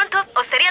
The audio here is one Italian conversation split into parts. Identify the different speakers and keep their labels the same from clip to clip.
Speaker 1: Osteria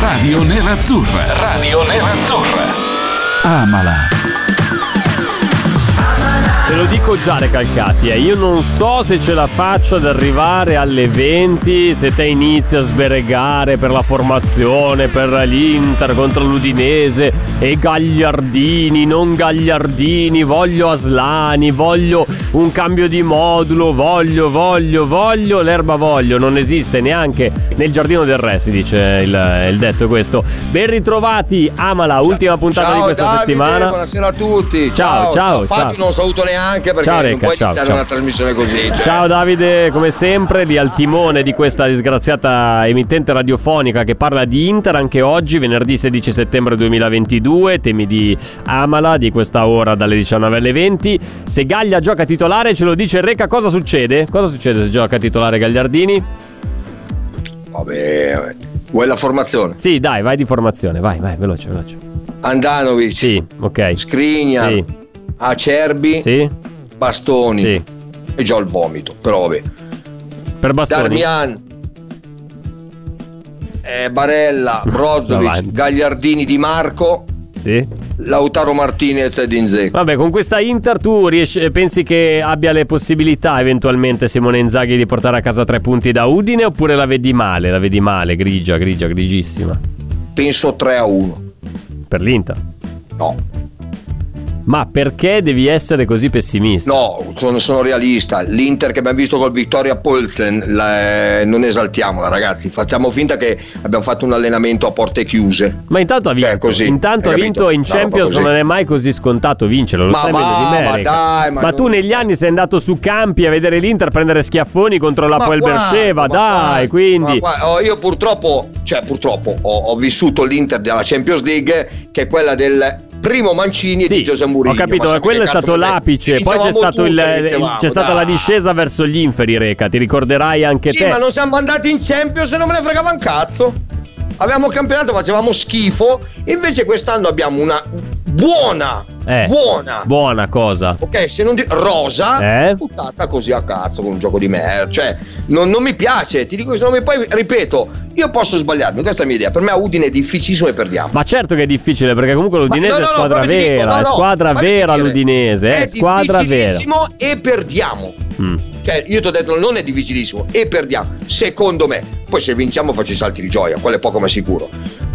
Speaker 2: Radio Nerazzurra. Radio Nerazzurra. Amala.
Speaker 3: Te lo dico già Recalcati, eh, io non so se ce la faccio ad arrivare alle 20, se te inizi a sberegare per la formazione, per l'Inter contro l'Udinese e Gagliardini, non Gagliardini, voglio Aslani, voglio un cambio di modulo, voglio, voglio, voglio, l'erba voglio, non esiste neanche nel giardino del re, si dice il, il detto questo. Ben ritrovati, Amala, ultima puntata
Speaker 4: ciao,
Speaker 3: di questa
Speaker 4: Davide,
Speaker 3: settimana.
Speaker 4: Buonasera a tutti.
Speaker 3: Ciao, ciao,
Speaker 4: Fabio
Speaker 3: ciao.
Speaker 4: non saluto neanche perché
Speaker 3: Ciao,
Speaker 4: non
Speaker 3: Reca,
Speaker 4: puoi
Speaker 3: ciao,
Speaker 4: iniziare
Speaker 3: ciao.
Speaker 4: una trasmissione così. cioè.
Speaker 3: Ciao Davide, come sempre, lì al timone di questa disgraziata emittente radiofonica che parla di Inter anche oggi, venerdì 16 settembre 2022, temi di Amala di questa ora dalle 19 alle 20. Se Gaglia gioca titolare ce lo dice Reca cosa succede? Cosa succede se gioca titolare Gagliardini?
Speaker 4: Vabbè, vabbè. Vuoi la formazione?
Speaker 3: Sì, dai, vai di formazione, vai, vai, veloce, veloce.
Speaker 4: Andanovic,
Speaker 3: Sì, ok.
Speaker 4: Skriniar,
Speaker 3: Sì,
Speaker 4: Acerbi,
Speaker 3: sì,
Speaker 4: Bastoni.
Speaker 3: sì.
Speaker 4: E già il vomito, però vabbè.
Speaker 3: Per Bastoni.
Speaker 4: Darmian, eh, Barella, Brozovic,
Speaker 3: Davanti.
Speaker 4: Gagliardini Di Marco,
Speaker 3: Sì.
Speaker 4: Lautaro Martinez e Inzeghi.
Speaker 3: Vabbè, con questa Inter tu riesci- eh, pensi che abbia le possibilità eventualmente Simone Inzaghi di portare a casa tre punti da Udine oppure la vedi male, la vedi male, grigia, grigia, grigissima
Speaker 4: Penso 3 a 1.
Speaker 3: per l'Inter?
Speaker 4: No,
Speaker 3: Ma perché devi essere così pessimista?
Speaker 4: no, sono, sono realista. L'Inter che abbiamo visto col Vittoria Polsen, la- eh, non esaltiamola ragazzi, facciamo finta che abbiamo fatto un allenamento a porte chiuse.
Speaker 3: Ma intanto ha vinto,
Speaker 4: Cioè, così,
Speaker 3: intanto
Speaker 4: hai
Speaker 3: ha
Speaker 4: capito?
Speaker 3: vinto in
Speaker 4: No,
Speaker 3: Champions,
Speaker 4: ma così.
Speaker 3: non è mai così scontato vincerlo, lo
Speaker 4: Ma
Speaker 3: sai
Speaker 4: va,
Speaker 3: meglio di me.
Speaker 4: ma
Speaker 3: Reca.
Speaker 4: dai, ma
Speaker 3: Ma tu
Speaker 4: non-
Speaker 3: negli anni sei andato su campi a vedere l'Inter prendere schiaffoni contro la
Speaker 4: Ma
Speaker 3: Poel
Speaker 4: quanto,
Speaker 3: Berceva,
Speaker 4: ma
Speaker 3: dai,
Speaker 4: quanto,
Speaker 3: quindi...
Speaker 4: ma qua- oh, io purtroppo, cioè purtroppo ho, ho vissuto l'Inter della Champions League che è quella del primo Mancini e di Giuseppe Mourinho.
Speaker 3: Ho capito,
Speaker 4: Ma
Speaker 3: ma
Speaker 4: sai
Speaker 3: quello
Speaker 4: che
Speaker 3: è
Speaker 4: cazzo
Speaker 3: stato
Speaker 4: me ne-
Speaker 3: l'apice.
Speaker 4: Ci
Speaker 3: Poi c'è,
Speaker 4: dicevamo
Speaker 3: stato
Speaker 4: tutte,
Speaker 3: il-
Speaker 4: le
Speaker 3: il-
Speaker 4: dicevamo,
Speaker 3: c'è stata
Speaker 4: dai.
Speaker 3: la discesa verso gli inferi, Reca. Ti ricorderai anche
Speaker 4: Sì,
Speaker 3: te.
Speaker 4: ma non siamo andati in Champions e non me ne fregava un cazzo. Avevamo campionato, facevamo schifo. Invece quest'anno abbiamo una buona,
Speaker 3: Eh,
Speaker 4: buona,
Speaker 3: Buona cosa.
Speaker 4: ok, se non di rosa,
Speaker 3: Eh?
Speaker 4: buttata così a cazzo con un gioco di merda. Cioè, non, non mi piace, ti dico che se non mi poi, ripeto, io posso sbagliarmi, questa è la mia idea. Per me a Udine è difficilissimo e perdiamo.
Speaker 3: Ma certo che è difficile perché comunque l'Udinese
Speaker 4: Ma- no,
Speaker 3: è
Speaker 4: no, no,
Speaker 3: squadra
Speaker 4: proprio ti dico,
Speaker 3: vera,
Speaker 4: no,
Speaker 3: è
Speaker 4: no,
Speaker 3: squadra
Speaker 4: fammi
Speaker 3: vera
Speaker 4: finire.
Speaker 3: l'Udinese, Eh, è,
Speaker 4: È
Speaker 3: squadra vera.
Speaker 4: difficilissimo e perdiamo.
Speaker 3: Mm.
Speaker 4: Cioè, io ti ho detto, non è difficilissimo e perdiamo. Secondo me, poi se vinciamo faccio i salti di gioia, quello è poco ma sicuro.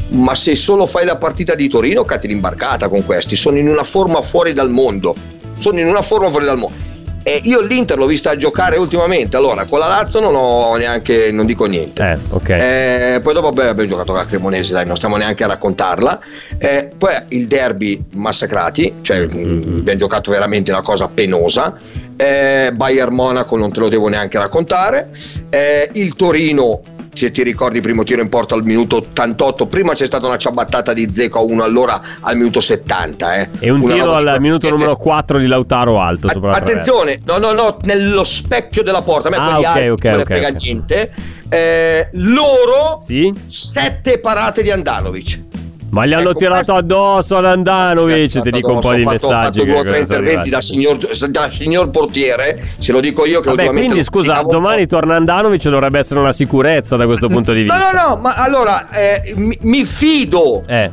Speaker 4: Ma se solo fai la partita di Torino, catti l'imbarcata con questi. Sono in una forma fuori dal mondo. Sono in una forma fuori dal mondo. E io l'Inter l'ho vista giocare ultimamente. Allora, con la Lazio non ho neanche, non dico niente.
Speaker 3: Eh, ok.
Speaker 4: Eh, poi dopo beh, abbiamo giocato con la Cremonese, dai, non stiamo neanche a raccontarla. Eh, poi il derby massacrati, cioè
Speaker 3: Mm,
Speaker 4: mh, abbiamo giocato veramente una cosa penosa. Eh, Bayern Monaco non te lo devo neanche raccontare. Eh, il Torino, se ti ricordi, primo tiro in porta al minuto 88. Prima c'è stata una ciabattata di Zeca a uno all'ora al minuto 70. eh.
Speaker 3: E un
Speaker 4: Una
Speaker 3: tiro
Speaker 4: roba di
Speaker 3: al
Speaker 4: quella-
Speaker 3: minuto
Speaker 4: che-
Speaker 3: numero 4 di Lautaro Alto. sopra la
Speaker 4: Att- attenzione, no, no, no, nello specchio della porta. A me
Speaker 3: Ah,
Speaker 4: quegli
Speaker 3: ok,
Speaker 4: altri
Speaker 3: ok,
Speaker 4: non ne
Speaker 3: ok,
Speaker 4: frega
Speaker 3: ok.
Speaker 4: niente. Eh, loro
Speaker 3: traversa. Sì?
Speaker 4: sette parate di Andanovic.
Speaker 3: Ma gli hanno
Speaker 4: Ecco,
Speaker 3: tirato
Speaker 4: questo- Ecco,
Speaker 3: addosso ad Andanovic. Ti dico un po' di
Speaker 4: Ho fatto-
Speaker 3: messaggi.
Speaker 4: Ho fatto due o
Speaker 3: che
Speaker 4: tre
Speaker 3: sono
Speaker 4: interventi
Speaker 3: arrivati.
Speaker 4: da signor, da signor portiere, se lo dico io
Speaker 3: Vabbè,
Speaker 4: che ultimamente
Speaker 3: quindi
Speaker 4: lo
Speaker 3: scusa,
Speaker 4: criticavo un
Speaker 3: domani
Speaker 4: po'.
Speaker 3: torna Andanovic dovrebbe essere una sicurezza da questo punto di vista.
Speaker 4: No, no, no, ma allora eh, mi, mi fido
Speaker 3: Eh,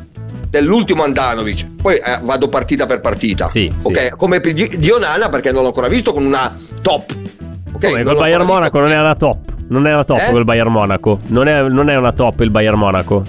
Speaker 4: dell'ultimo Andanovic, poi eh, vado partita per partita.
Speaker 3: Sì, sì.
Speaker 4: ok? Come per Di- Dionana perché non l'ho ancora visto con una top. Ok,
Speaker 3: come
Speaker 4: Non
Speaker 3: col
Speaker 4: l'ho
Speaker 3: Bayern
Speaker 4: ancora
Speaker 3: Monaco
Speaker 4: visto-
Speaker 3: non è una top. Non è una top
Speaker 4: Eh?
Speaker 3: col Bayern Monaco. Non è, non è una top il Bayern Monaco.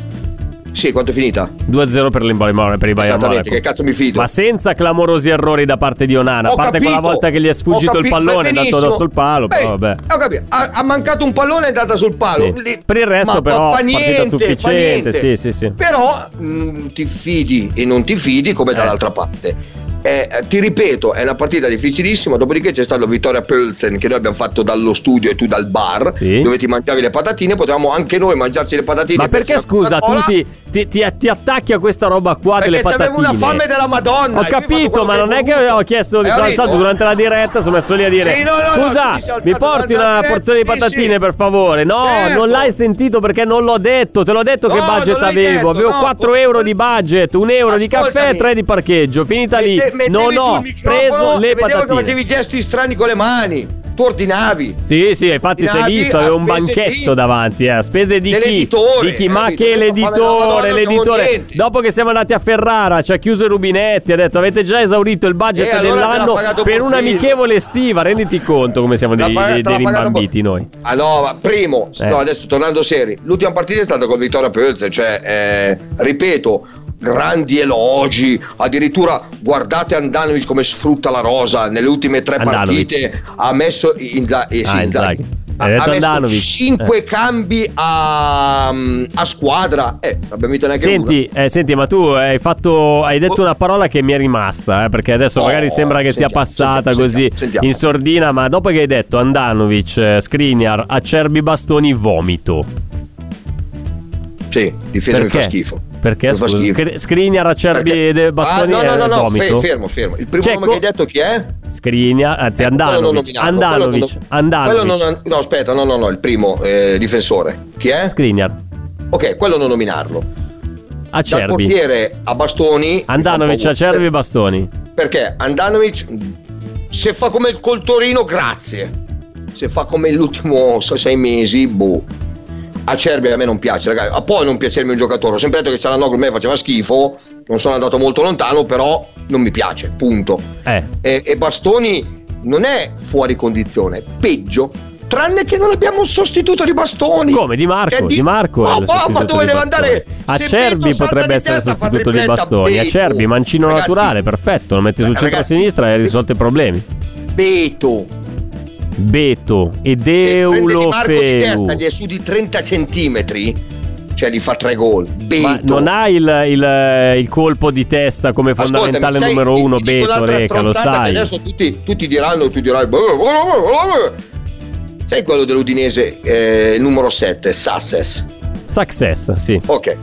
Speaker 4: Sì, quanto è finita?
Speaker 3: 2-0 per, l'Imba- per il Bayern
Speaker 4: Esattamente,
Speaker 3: Monaco.
Speaker 4: che cazzo mi fido?
Speaker 3: Ma senza clamorosi errori da parte di Onana. A
Speaker 4: Ho
Speaker 3: parte quella
Speaker 4: capito,
Speaker 3: volta che gli è
Speaker 4: ho
Speaker 3: sfuggito il
Speaker 4: capi-
Speaker 3: pallone, è andato
Speaker 4: benissimo.
Speaker 3: addosso il palo.
Speaker 4: Beh,
Speaker 3: Però vabbè.
Speaker 4: Ho capito. Ha, ha mancato un pallone e è andata sul palo.
Speaker 3: Sì.
Speaker 4: Lì-
Speaker 3: Per il resto,
Speaker 4: ma-
Speaker 3: però,
Speaker 4: ma fa
Speaker 3: partita
Speaker 4: niente,
Speaker 3: sufficiente,
Speaker 4: fa niente.
Speaker 3: sì, sì, sì.
Speaker 4: Però mh, ti fidi e non ti fidi come
Speaker 3: Eh.
Speaker 4: dall'altra parte. Eh, eh, ti ripeto, è una partita difficilissima. Dopodiché c'è stato Vittoria Pölzen che noi abbiamo fatto dallo studio e tu dal bar,
Speaker 3: Sì.
Speaker 4: dove ti mangiavi le patatine. Potevamo anche noi mangiarci le patatine.
Speaker 3: Ma perché
Speaker 4: perché
Speaker 3: scusa, tu ti, ti- ti- ti attacchi a questa roba qua delle
Speaker 4: Perché
Speaker 3: patatine?
Speaker 4: c'avevo una fame della Madonna.
Speaker 3: Ho
Speaker 4: e poi ho fatto
Speaker 3: capito,
Speaker 4: quello
Speaker 3: ma
Speaker 4: che
Speaker 3: non
Speaker 4: ho
Speaker 3: è che
Speaker 4: voluto.
Speaker 3: ho chiesto, mi
Speaker 4: Eh,
Speaker 3: sono
Speaker 4: ho
Speaker 3: alzato
Speaker 4: detto.
Speaker 3: durante la diretta, sono messo lì a dire
Speaker 4: Sì, no, no, no,
Speaker 3: Scusa,
Speaker 4: ti sei alzato
Speaker 3: mi porti
Speaker 4: durante la
Speaker 3: una
Speaker 4: diretta,
Speaker 3: porzione di
Speaker 4: sì,
Speaker 3: patatine
Speaker 4: sì.
Speaker 3: per favore No,
Speaker 4: Certo.
Speaker 3: non l'hai sentito perché non l'ho detto, te l'ho detto che
Speaker 4: No, non
Speaker 3: budget
Speaker 4: l'hai
Speaker 3: avevo
Speaker 4: detto,
Speaker 3: Avevo
Speaker 4: no,
Speaker 3: 4
Speaker 4: po-
Speaker 3: euro di budget, 1 euro di caffè e
Speaker 4: Ascoltami.
Speaker 3: 3 di parcheggio Finita lì,
Speaker 4: Mette- mettevi
Speaker 3: non
Speaker 4: giù il
Speaker 3: ho
Speaker 4: microfono
Speaker 3: preso
Speaker 4: e
Speaker 3: le
Speaker 4: Vedevo che
Speaker 3: patatine
Speaker 4: facevi gesti strani con le mani. Tu ordinavi.
Speaker 3: sì, sì, infatti si è
Speaker 4: Davanti
Speaker 3: visto,
Speaker 4: a
Speaker 3: avevo un
Speaker 4: spese di-
Speaker 3: banchetto davanti, eh. a spese di chi?
Speaker 4: Dell'editore,
Speaker 3: Di chi? Ma
Speaker 4: capito?
Speaker 3: che
Speaker 4: Io non fame della Madonna,
Speaker 3: l'editore,
Speaker 4: siamo
Speaker 3: l'editore.
Speaker 4: contenti.
Speaker 3: Dopo che siamo andati a Ferrara, ci ha chiuso i rubinetti, ha detto avete già esaurito il budget
Speaker 4: Eh, allora te l'ha
Speaker 3: dell'anno per
Speaker 4: pagato Borsellino."
Speaker 3: un'amichevole estiva, renditi conto come siamo
Speaker 4: Te l'ha
Speaker 3: dei,
Speaker 4: pagato-
Speaker 3: dei,
Speaker 4: te l'ha
Speaker 3: dei
Speaker 4: pagato
Speaker 3: rimbambiti noi.
Speaker 4: Ah no, ma primo,
Speaker 3: Eh.
Speaker 4: no, adesso tornando seri, l'ultima partita è stata con Vittoria Pölze, cioè, eh, ripeto, grandi elogi, addirittura guardate Andanovic come sfrutta la rosa, nelle ultime tre
Speaker 3: Andanovic.
Speaker 4: partite ha messo Inza- eh, sì,
Speaker 3: Ah,
Speaker 4: Inzaghi.
Speaker 3: Inzaghi.
Speaker 4: Ha,
Speaker 3: Hai detto
Speaker 4: ha messo
Speaker 3: Andanovic. Eh.
Speaker 4: 5 cambi a, a squadra, eh, non abbiamo vinto neanche uno.
Speaker 3: Senti, eh, senti, ma tu hai, fatto, hai detto
Speaker 4: Oh.
Speaker 3: una parola che mi è rimasta, eh, perché adesso
Speaker 4: Oh,
Speaker 3: magari sembra che sia
Speaker 4: sentiamo,
Speaker 3: passata
Speaker 4: sentiamo,
Speaker 3: così
Speaker 4: sentiamo, sentiamo.
Speaker 3: in sordina, ma dopo che hai detto Andanovic, eh, Skriniar, Acerbi Bastoni, vomito.
Speaker 4: Sì, difesa mi fa schifo.
Speaker 3: Perché
Speaker 4: Mi fa
Speaker 3: scusa,
Speaker 4: schifo.
Speaker 3: Scri- Skriniar, Acerbi
Speaker 4: Perché-
Speaker 3: e Bastoni
Speaker 4: Ah, no, no, no,
Speaker 3: eh,
Speaker 4: no,
Speaker 3: vomito.
Speaker 4: fe- fermo, fermo. Il primo
Speaker 3: Cioè,
Speaker 4: nome
Speaker 3: co-
Speaker 4: che hai detto chi è?
Speaker 3: Skriniar, anzi
Speaker 4: Ecco, quello non
Speaker 3: Andanovic,
Speaker 4: nominato, quello
Speaker 3: Andanovic,
Speaker 4: non-
Speaker 3: Andanovic,
Speaker 4: quello non- no, aspetta, no, no, no, il primo eh, difensore. Chi è?
Speaker 3: Skriniar,
Speaker 4: Ok, quello non nominarlo. Dal
Speaker 3: Acerbi,
Speaker 4: portiere a bastoni. mi fa un
Speaker 3: Andanovic,
Speaker 4: po'
Speaker 3: Acerbi,
Speaker 4: eh,
Speaker 3: Bastoni.
Speaker 4: Perché Andanovic, se fa come il Coltorino, grazie. Se fa come l'ultimo so, sei mesi, boh. Acerbi a me non piace, ragazzi. A poi non piacermi un giocatore. Ho sempre detto che Cialanoglu a me faceva schifo. Non sono andato molto lontano, però non mi piace, punto
Speaker 3: Eh,
Speaker 4: e, e Bastoni non è fuori condizione, peggio, tranne che non abbiamo un sostituto di Bastoni.
Speaker 3: come Di Marco,
Speaker 4: Cioè,
Speaker 3: Di Marco è
Speaker 4: Ma-
Speaker 3: il
Speaker 4: ma-
Speaker 3: sostituto
Speaker 4: ma dove
Speaker 3: di
Speaker 4: deve
Speaker 3: Bastoni.
Speaker 4: andare? Se
Speaker 3: Acerbi
Speaker 4: Beto salta
Speaker 3: potrebbe
Speaker 4: di
Speaker 3: essere il
Speaker 4: testa, fa
Speaker 3: sostituto di
Speaker 4: tripletta,
Speaker 3: Bastoni.
Speaker 4: Beto.
Speaker 3: Acerbi, mancino
Speaker 4: Ragazzi,
Speaker 3: naturale, perfetto, lo metti sul
Speaker 4: Ragazzi,
Speaker 3: centro-sinistra e hai risolto i problemi.
Speaker 4: Beto,
Speaker 3: Beto e
Speaker 4: se Cioè, prende Di Marco di
Speaker 3: Deulofeu.
Speaker 4: testa, gli è su di 30 centimetri, cioè gli fa tre gol. Beto.
Speaker 3: Ma non ha il, il- il colpo di testa come fondamentale
Speaker 4: Ascoltami, sai,
Speaker 3: numero
Speaker 4: ti-
Speaker 3: uno,
Speaker 4: ti dico
Speaker 3: Beto
Speaker 4: l'altra
Speaker 3: Reca, lo
Speaker 4: stronzata
Speaker 3: sai.
Speaker 4: che Adesso tutti, tutti diranno, "Boh, tu dirai. "Beh, beh, beh, beh, beh". boh." Sai quello dell'Udinese, eh, il numero 7, Sasses.
Speaker 3: Success, sì.
Speaker 4: Ok,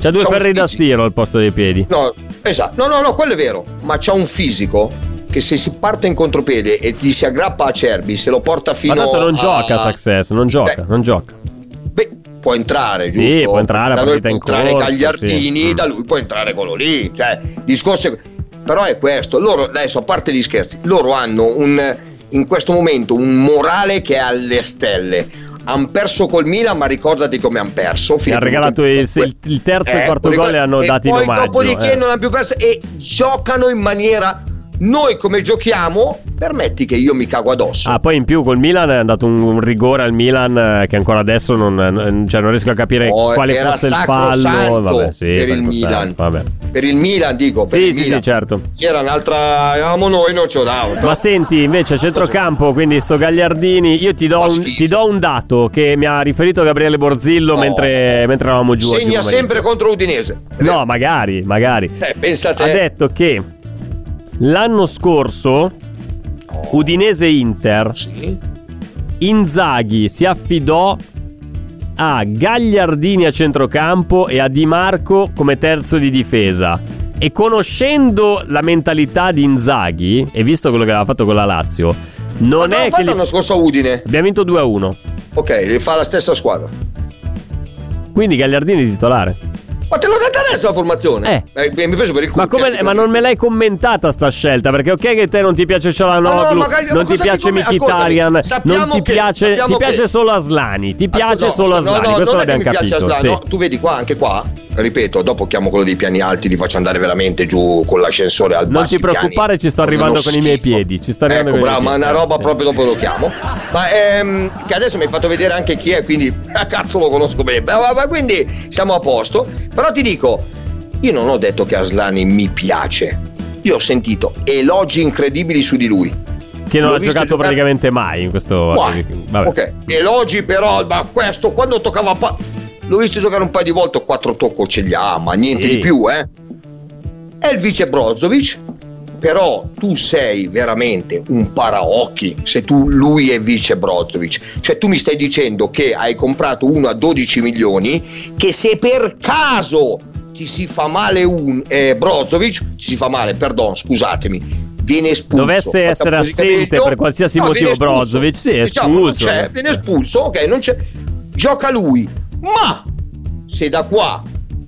Speaker 3: C'ha due
Speaker 4: Ciao,
Speaker 3: ferri da
Speaker 4: uffici.
Speaker 3: stiro al posto dei piedi.
Speaker 4: No, esatto. No, no, no, quello è vero. Ma c'ha un fisico che se si parte in contropiede e gli si aggrappa a Cerbi, se lo porta fino
Speaker 3: Ma tanto non
Speaker 4: a-
Speaker 3: gioca Success, non gioca,
Speaker 4: Beh,
Speaker 3: non gioca.
Speaker 4: Beh, può entrare,
Speaker 3: Sì,
Speaker 4: giusto?
Speaker 3: può entrare,
Speaker 4: Da
Speaker 3: la
Speaker 4: noi
Speaker 3: partita è
Speaker 4: può
Speaker 3: in
Speaker 4: entrare
Speaker 3: corso,
Speaker 4: Gagliardini,
Speaker 3: sì.
Speaker 4: da lui può entrare quello lì. Cioè, il discorso è... Però è questo. Loro, adesso, a parte gli scherzi, loro hanno un, in questo momento un morale che è alle stelle. Hanno perso col Milan, ma ricordati come hanno perso.
Speaker 3: Ti
Speaker 4: Fino
Speaker 3: ha
Speaker 4: al
Speaker 3: regalato
Speaker 4: minuto
Speaker 3: il, il-
Speaker 4: 5.
Speaker 3: il terzo e il
Speaker 4: Eh,
Speaker 3: quarto
Speaker 4: ricordo-
Speaker 3: gol e hanno
Speaker 4: e
Speaker 3: dato in
Speaker 4: poi
Speaker 3: omaggio.
Speaker 4: dopodiché
Speaker 3: eh.
Speaker 4: non hanno più perso e giocano in maniera noi come giochiamo permetti che io mi cago addosso
Speaker 3: Ah, poi in più col Milan è andato un, un rigore al Milan eh, che ancora adesso non, non- cioè, non riesco a capire
Speaker 4: Oh,
Speaker 3: quale
Speaker 4: era
Speaker 3: fosse il fallo.
Speaker 4: sacrosanto
Speaker 3: Vabbè, sì,
Speaker 4: per il
Speaker 3: sacrosanto,
Speaker 4: Milan.
Speaker 3: vabbè.
Speaker 4: per il Milan dico
Speaker 3: Sì,
Speaker 4: per il
Speaker 3: sì,
Speaker 4: Milan
Speaker 3: sì, certo.
Speaker 4: c'era un'altra eravamo noi non ce l'avamo
Speaker 3: Ma senti, invece a centrocampo, quindi sto Gagliardini, io ti do,
Speaker 4: Fa
Speaker 3: un,
Speaker 4: schifo.
Speaker 3: ti do un dato che mi ha riferito Gabriele Borzillo
Speaker 4: Oh.
Speaker 3: mentre, mentre eravamo giù. oggi
Speaker 4: segna
Speaker 3: pomeriggio.
Speaker 4: sempre contro Udinese
Speaker 3: No, magari, magari.
Speaker 4: eh, pensate
Speaker 3: Ha detto che l'anno scorso Udinese-Inter
Speaker 4: sì.
Speaker 3: Inzaghi si affidò a Gagliardini a centrocampo e a Di Marco come terzo di difesa. E conoscendo la mentalità di Inzaghi, e visto quello che aveva fatto con la Lazio, non
Speaker 4: non
Speaker 3: è
Speaker 4: è
Speaker 3: che. li-
Speaker 4: l'anno scorso a Udine
Speaker 3: Abbiamo vinto 2-1.
Speaker 4: ok li fa la stessa squadra
Speaker 3: Quindi Gagliardini è titolare.
Speaker 4: ma te l'ho detta adesso la formazione
Speaker 3: Eh.
Speaker 4: mi hai preso per il culo
Speaker 3: Ma, come-
Speaker 4: cioè, dico-
Speaker 3: ma non me l'hai commentata sta scelta? Perché ok che te non ti piace Cialanoglu,
Speaker 4: Ma no, magari- ma
Speaker 3: non ti
Speaker 4: cosa ti
Speaker 3: piace
Speaker 4: commenti?
Speaker 3: Mkhitaryan,
Speaker 4: Ascoltami, sappiamo
Speaker 3: non ti
Speaker 4: che-
Speaker 3: piace, ti
Speaker 4: sappiamo
Speaker 3: piace
Speaker 4: che-
Speaker 3: solo Aslani, ti piace
Speaker 4: Ascolta,
Speaker 3: solo
Speaker 4: no,
Speaker 3: Aslani, questo
Speaker 4: no, non è che
Speaker 3: l'abbiamo
Speaker 4: mi piace
Speaker 3: capito.
Speaker 4: Aslani,
Speaker 3: sì.
Speaker 4: no, tu vedi qua, anche qua, ripeto, dopo chiamo quello dei piani alti, li faccio andare veramente giù con l'ascensore al
Speaker 3: Non
Speaker 4: basso,
Speaker 3: ti
Speaker 4: i piani.
Speaker 3: preoccupare, ci sto arrivando
Speaker 4: Uno
Speaker 3: con i miei
Speaker 4: schifo.
Speaker 3: piedi, ci sto arrivando
Speaker 4: ecco,
Speaker 3: con i
Speaker 4: bravo,
Speaker 3: miei
Speaker 4: ma
Speaker 3: piedi,
Speaker 4: una roba
Speaker 3: sì.
Speaker 4: proprio dopo lo chiamo. Ma ehm, che adesso mi hai fatto vedere anche chi è, quindi a cazzo lo conosco bene. Ma, ma- ma quindi siamo a posto. Però ti dico, io non ho detto che Aslani mi piace. Io ho sentito elogi incredibili su di lui.
Speaker 3: Che non
Speaker 4: L'ho
Speaker 3: ha
Speaker 4: visto
Speaker 3: giocato
Speaker 4: giocare-
Speaker 3: praticamente mai in questo.
Speaker 4: Qua.
Speaker 3: Vabbè.
Speaker 4: Ok, elogi però, ma questo quando toccava pa- l'ho visto giocare un paio di volte, quattro tocco ce li ha, ma niente
Speaker 3: Sì.
Speaker 4: di più, eh. E il vice Brozovic però tu sei veramente un paraocchi se tu lui è vice Brozovic cioè tu mi stai dicendo che hai comprato uno a 12 milioni che se per caso ti si fa male un eh, Brozovic ci si fa male perdon scusatemi viene espulso
Speaker 3: Dovesse
Speaker 4: Facciamo
Speaker 3: essere
Speaker 4: così,
Speaker 3: assente
Speaker 4: capito?
Speaker 3: per qualsiasi
Speaker 4: No,
Speaker 3: motivo
Speaker 4: viene espulso.
Speaker 3: Brozovic, sì, è
Speaker 4: Diciamo, non
Speaker 3: espulso.
Speaker 4: c'è, viene espulso ok non c'è gioca lui ma se da qua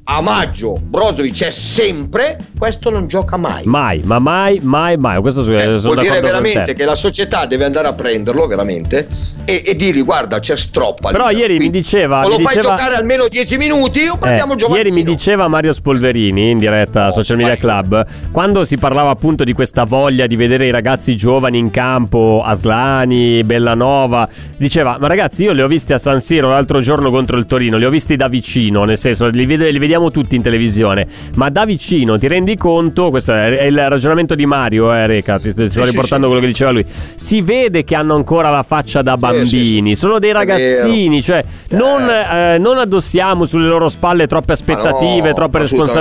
Speaker 4: a maggio Brozovic è sempre questo non gioca mai
Speaker 3: Mai, ma mai, mai, mai. Questo sono,
Speaker 4: eh,
Speaker 3: sono
Speaker 4: vuol dire
Speaker 3: d'accordo con te.
Speaker 4: veramente che la società deve andare a prenderlo veramente e, e dirgli guarda c'è stroppa lì.
Speaker 3: Però ieri mi
Speaker 4: Quindi,
Speaker 3: diceva, mi
Speaker 4: o lo fai
Speaker 3: diceva-
Speaker 4: giocare almeno 10 minuti o
Speaker 3: Eh,
Speaker 4: prendiamo Giovanni
Speaker 3: ieri mi diceva Mario Spolverini in diretta a
Speaker 4: No,
Speaker 3: Social Media
Speaker 4: Mario.
Speaker 3: Club quando si parlava appunto di questa voglia di vedere i ragazzi giovani in campo Aslani, Bellanova diceva ma ragazzi io li ho visti a San Siro l'altro giorno contro il Torino li ho visti da vicino nel senso li, vede- li vediamo tutti in televisione ma da vicino ti rendi conto questo è è il ragionamento di Mario eh Reca ti sto sto
Speaker 4: sì,
Speaker 3: riportando
Speaker 4: sì.
Speaker 3: quello che diceva lui si vede che hanno ancora la faccia da
Speaker 4: Sì, sì,
Speaker 3: bambini
Speaker 4: sì.
Speaker 3: sono dei
Speaker 4: È vero.
Speaker 3: ragazzini cioè non, eh, non addossiamo sulle loro spalle troppe aspettative,
Speaker 4: Ma no,
Speaker 3: troppe
Speaker 4: assolutamente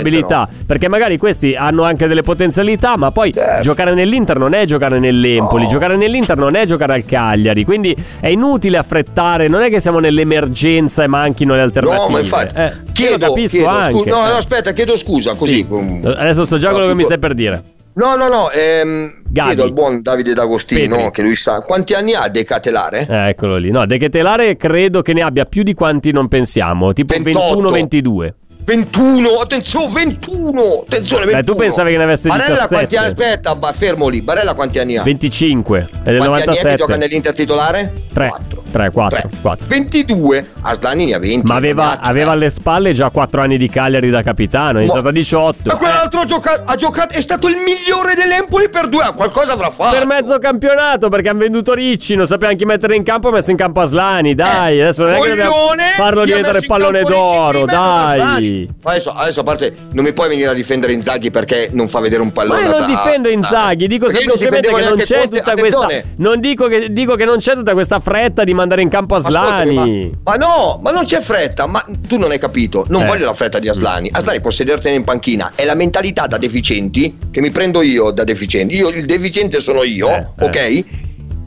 Speaker 3: responsabilità, perché magari questi hanno anche delle potenzialità, ma poi
Speaker 4: Certo.
Speaker 3: giocare nell'Inter non è giocare nell'Empoli,
Speaker 4: No.
Speaker 3: giocare nell'Inter non è giocare al Cagliari, quindi è inutile affrettare, non è che siamo nell'emergenza e manchino le alternative.
Speaker 4: No, ma infatti,
Speaker 3: Eh, io
Speaker 4: chiedo,
Speaker 3: lo capisco
Speaker 4: chiedo, scu-
Speaker 3: anche.
Speaker 4: no,
Speaker 3: eh.
Speaker 4: no, aspetta, chiedo scusa così.
Speaker 3: Sì.
Speaker 4: com-
Speaker 3: Adesso so già
Speaker 4: No,
Speaker 3: quello che mi
Speaker 4: dico-
Speaker 3: stai per dire.
Speaker 4: No, no, no, ehm,
Speaker 3: Gavi.
Speaker 4: chiedo al buon Davide D'Agostino,
Speaker 3: Petri.
Speaker 4: che lui sa, quanti anni ha De Catelare?
Speaker 3: Eh, eccolo lì. No, De Ketelare credo che ne abbia più di quanti non pensiamo, tipo
Speaker 4: 28.
Speaker 3: 21-22.
Speaker 4: 21, attenzione, 21, attenzione, 21.
Speaker 3: Beh, tu pensavi che ne avesse
Speaker 4: Barella
Speaker 3: 17.
Speaker 4: quanti anni, aspetta, ba- fermo lì, Barella quanti anni ha?
Speaker 3: 25 è del
Speaker 4: Ah. quanti anni è che gioca
Speaker 3: 97.
Speaker 4: nell'Inter titolare?
Speaker 3: 3,
Speaker 4: 4.
Speaker 3: 3, 4, 4.
Speaker 4: 22, Aslani ne ha 20.
Speaker 3: Ma aveva,
Speaker 4: Mannaggia.
Speaker 3: aveva alle spalle già 4 anni di Cagliari da capitano, è
Speaker 4: Ma-
Speaker 3: iniziato a 18.
Speaker 4: Ma quell'altro ha, gioca- ha giocato, è stato il migliore dell'Empoli per due, anni, qualcosa avrà fatto. Eh.
Speaker 3: Per mezzo campionato perché hanno venduto Ricci, non sapevano chi mettere in campo, ha messo in campo Aslani, dai,
Speaker 4: Eh,
Speaker 3: adesso non è che dobbiamo
Speaker 4: coglione,
Speaker 3: farlo
Speaker 4: chi ha
Speaker 3: diventare
Speaker 4: messo in
Speaker 3: pallone
Speaker 4: campo Ricci
Speaker 3: d'oro,
Speaker 4: prima era
Speaker 3: dai.
Speaker 4: Mazzani. Adesso, adesso a parte, non mi puoi venire a difendere Inzaghi perché non fa vedere un
Speaker 3: Ma
Speaker 4: pallone.
Speaker 3: io non difendo Inzaghi, dico semplicemente che non c'è tutta questa non dico che dico che non c'è tutta questa fretta di mandare in campo Aslani.
Speaker 4: Aslani. Ma, ma no, ma non c'è fretta, ma tu non hai capito. Non
Speaker 3: Eh.
Speaker 4: voglio la fretta di Aslani. Aslani può sedertene in panchina. È la mentalità da deficienti che mi prendo io da deficiente. Io il deficiente sono io,
Speaker 3: Eh, eh.
Speaker 4: ok?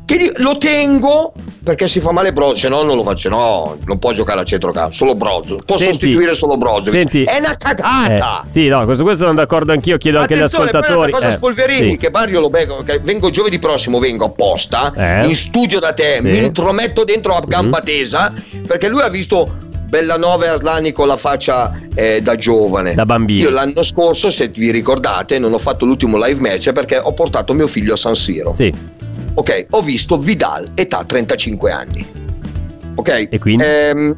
Speaker 4: Che li- lo tengo perché si fa male Brozo, se no non lo faccio, no, non può giocare a centrocampo, solo Brozo. Può
Speaker 3: Senti,
Speaker 4: sostituire solo Brozo.
Speaker 3: senti.
Speaker 4: È una cagata.
Speaker 3: Eh, sì, no, questo, questo sono d'accordo anch'io, chiedo anche agli
Speaker 4: Attenzione, poi
Speaker 3: ascoltatori.
Speaker 4: un'altra cosa
Speaker 3: eh,
Speaker 4: Spolverini
Speaker 3: sì.
Speaker 4: che Mario lo becco, che vengo giovedì prossimo, vengo apposta
Speaker 3: Eh.
Speaker 4: in studio da te,
Speaker 3: Sì. Mhm.
Speaker 4: mi intrometto dentro a gamba tesa perché lui ha visto Bellanova e Aslani con la faccia eh, da giovane.
Speaker 3: Da bambino.
Speaker 4: Io l'anno scorso, se vi ricordate, non ho fatto l'ultimo live match perché ho portato mio figlio a San Siro.
Speaker 3: Sì.
Speaker 4: Ok, ho visto Vidal, età 35 anni. Ok?
Speaker 3: E quindi?
Speaker 4: Ehm,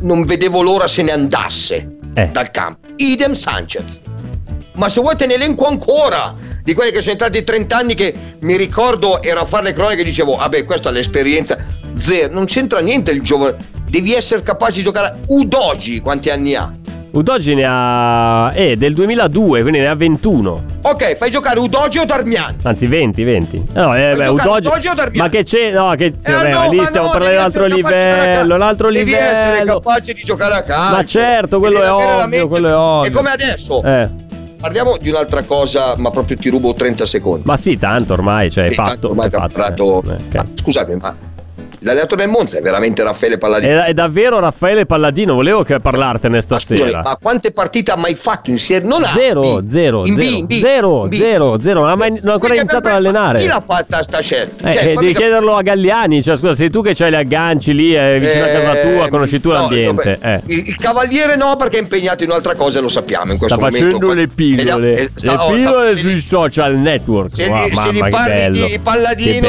Speaker 4: non vedevo l'ora se ne andasse
Speaker 3: Eh.
Speaker 4: dal campo. Idem Sanchez. Ma se vuoi te ne elenco ancora di quelli che sono entrati 30 anni che mi ricordo ero a fare le cronache e dicevo vabbè questa è l'esperienza zero, non c'entra niente il giovane, devi essere capace di giocare a Udogi quanti anni ha?
Speaker 3: Udogi ne ha. Eh, del 2002, quindi ne ha 21.
Speaker 4: Ok, fai giocare Udogi o Darmian.
Speaker 3: Anzi, 20, 20. Eh, No, eh,
Speaker 4: Hai
Speaker 3: beh,
Speaker 4: giocato
Speaker 3: Udogi.
Speaker 4: Udogi o Darmian?
Speaker 3: Ma che c'è? No, che.
Speaker 4: Eh,
Speaker 3: vabbè,
Speaker 4: no,
Speaker 3: ma lì
Speaker 4: ma
Speaker 3: stiamo
Speaker 4: no,
Speaker 3: parlando di un
Speaker 4: devi
Speaker 3: altro
Speaker 4: essere capace di giocare a
Speaker 3: livello.
Speaker 4: calcio.
Speaker 3: L'altro
Speaker 4: Devi essere
Speaker 3: livello.
Speaker 4: capace di giocare a calcio.
Speaker 3: Ma certo, quello
Speaker 4: Devi
Speaker 3: è
Speaker 4: avere la
Speaker 3: ovvio,
Speaker 4: mente-
Speaker 3: quello è
Speaker 4: È
Speaker 3: ovvio.
Speaker 4: come adesso.
Speaker 3: Eh,
Speaker 4: Parliamo di un'altra cosa, ma proprio ti rubo 30 secondi.
Speaker 3: ma sì, tanto ormai, cioè, è
Speaker 4: Sì, tanto
Speaker 3: fatto.
Speaker 4: ormai
Speaker 3: è
Speaker 4: abbiamo
Speaker 3: fatto,
Speaker 4: parlato-
Speaker 3: eh, ok.
Speaker 4: ma scusatemi, ma l'allenatore del Monza è veramente Raffaele Palladino.
Speaker 3: È, è davvero Raffaele Palladino, volevo che parlartene
Speaker 4: Ma scusami,
Speaker 3: stasera.
Speaker 4: ma quante partite ha mai fatto in Serie? Non ha
Speaker 3: Zero,
Speaker 4: in B,
Speaker 3: zero,
Speaker 4: in B,
Speaker 3: zero,
Speaker 4: in B,
Speaker 3: zero,
Speaker 4: in B.
Speaker 3: zero, zero, non ha mai- non ha ancora
Speaker 4: Quindi
Speaker 3: iniziato
Speaker 4: per me,
Speaker 3: ad allenare.
Speaker 4: ma Chi l'ha fatta sta scelta?
Speaker 3: Eh,
Speaker 4: Cioè,
Speaker 3: eh,
Speaker 4: fammi
Speaker 3: devi
Speaker 4: cap-
Speaker 3: chiederlo a Galliani, cioè scusa, sei tu che c'hai gli agganci lì, eh, vicino a casa tua,
Speaker 4: Ehm,
Speaker 3: conosci tu
Speaker 4: no,
Speaker 3: l'ambiente.
Speaker 4: vabbè,
Speaker 3: eh.
Speaker 4: il, il cavaliere no, perché è impegnato in un'altra cosa e lo sappiamo in
Speaker 3: Sta
Speaker 4: questo momento.
Speaker 3: facendo le pillole,
Speaker 4: Eh, sta-
Speaker 3: le
Speaker 4: oh, sta-
Speaker 3: pillole
Speaker 4: se
Speaker 3: sui
Speaker 4: gli-
Speaker 3: social network.
Speaker 4: Se,
Speaker 3: Wow,
Speaker 4: gli, se gli
Speaker 3: mamma, che
Speaker 4: parli
Speaker 3: bello.
Speaker 4: di Palladino,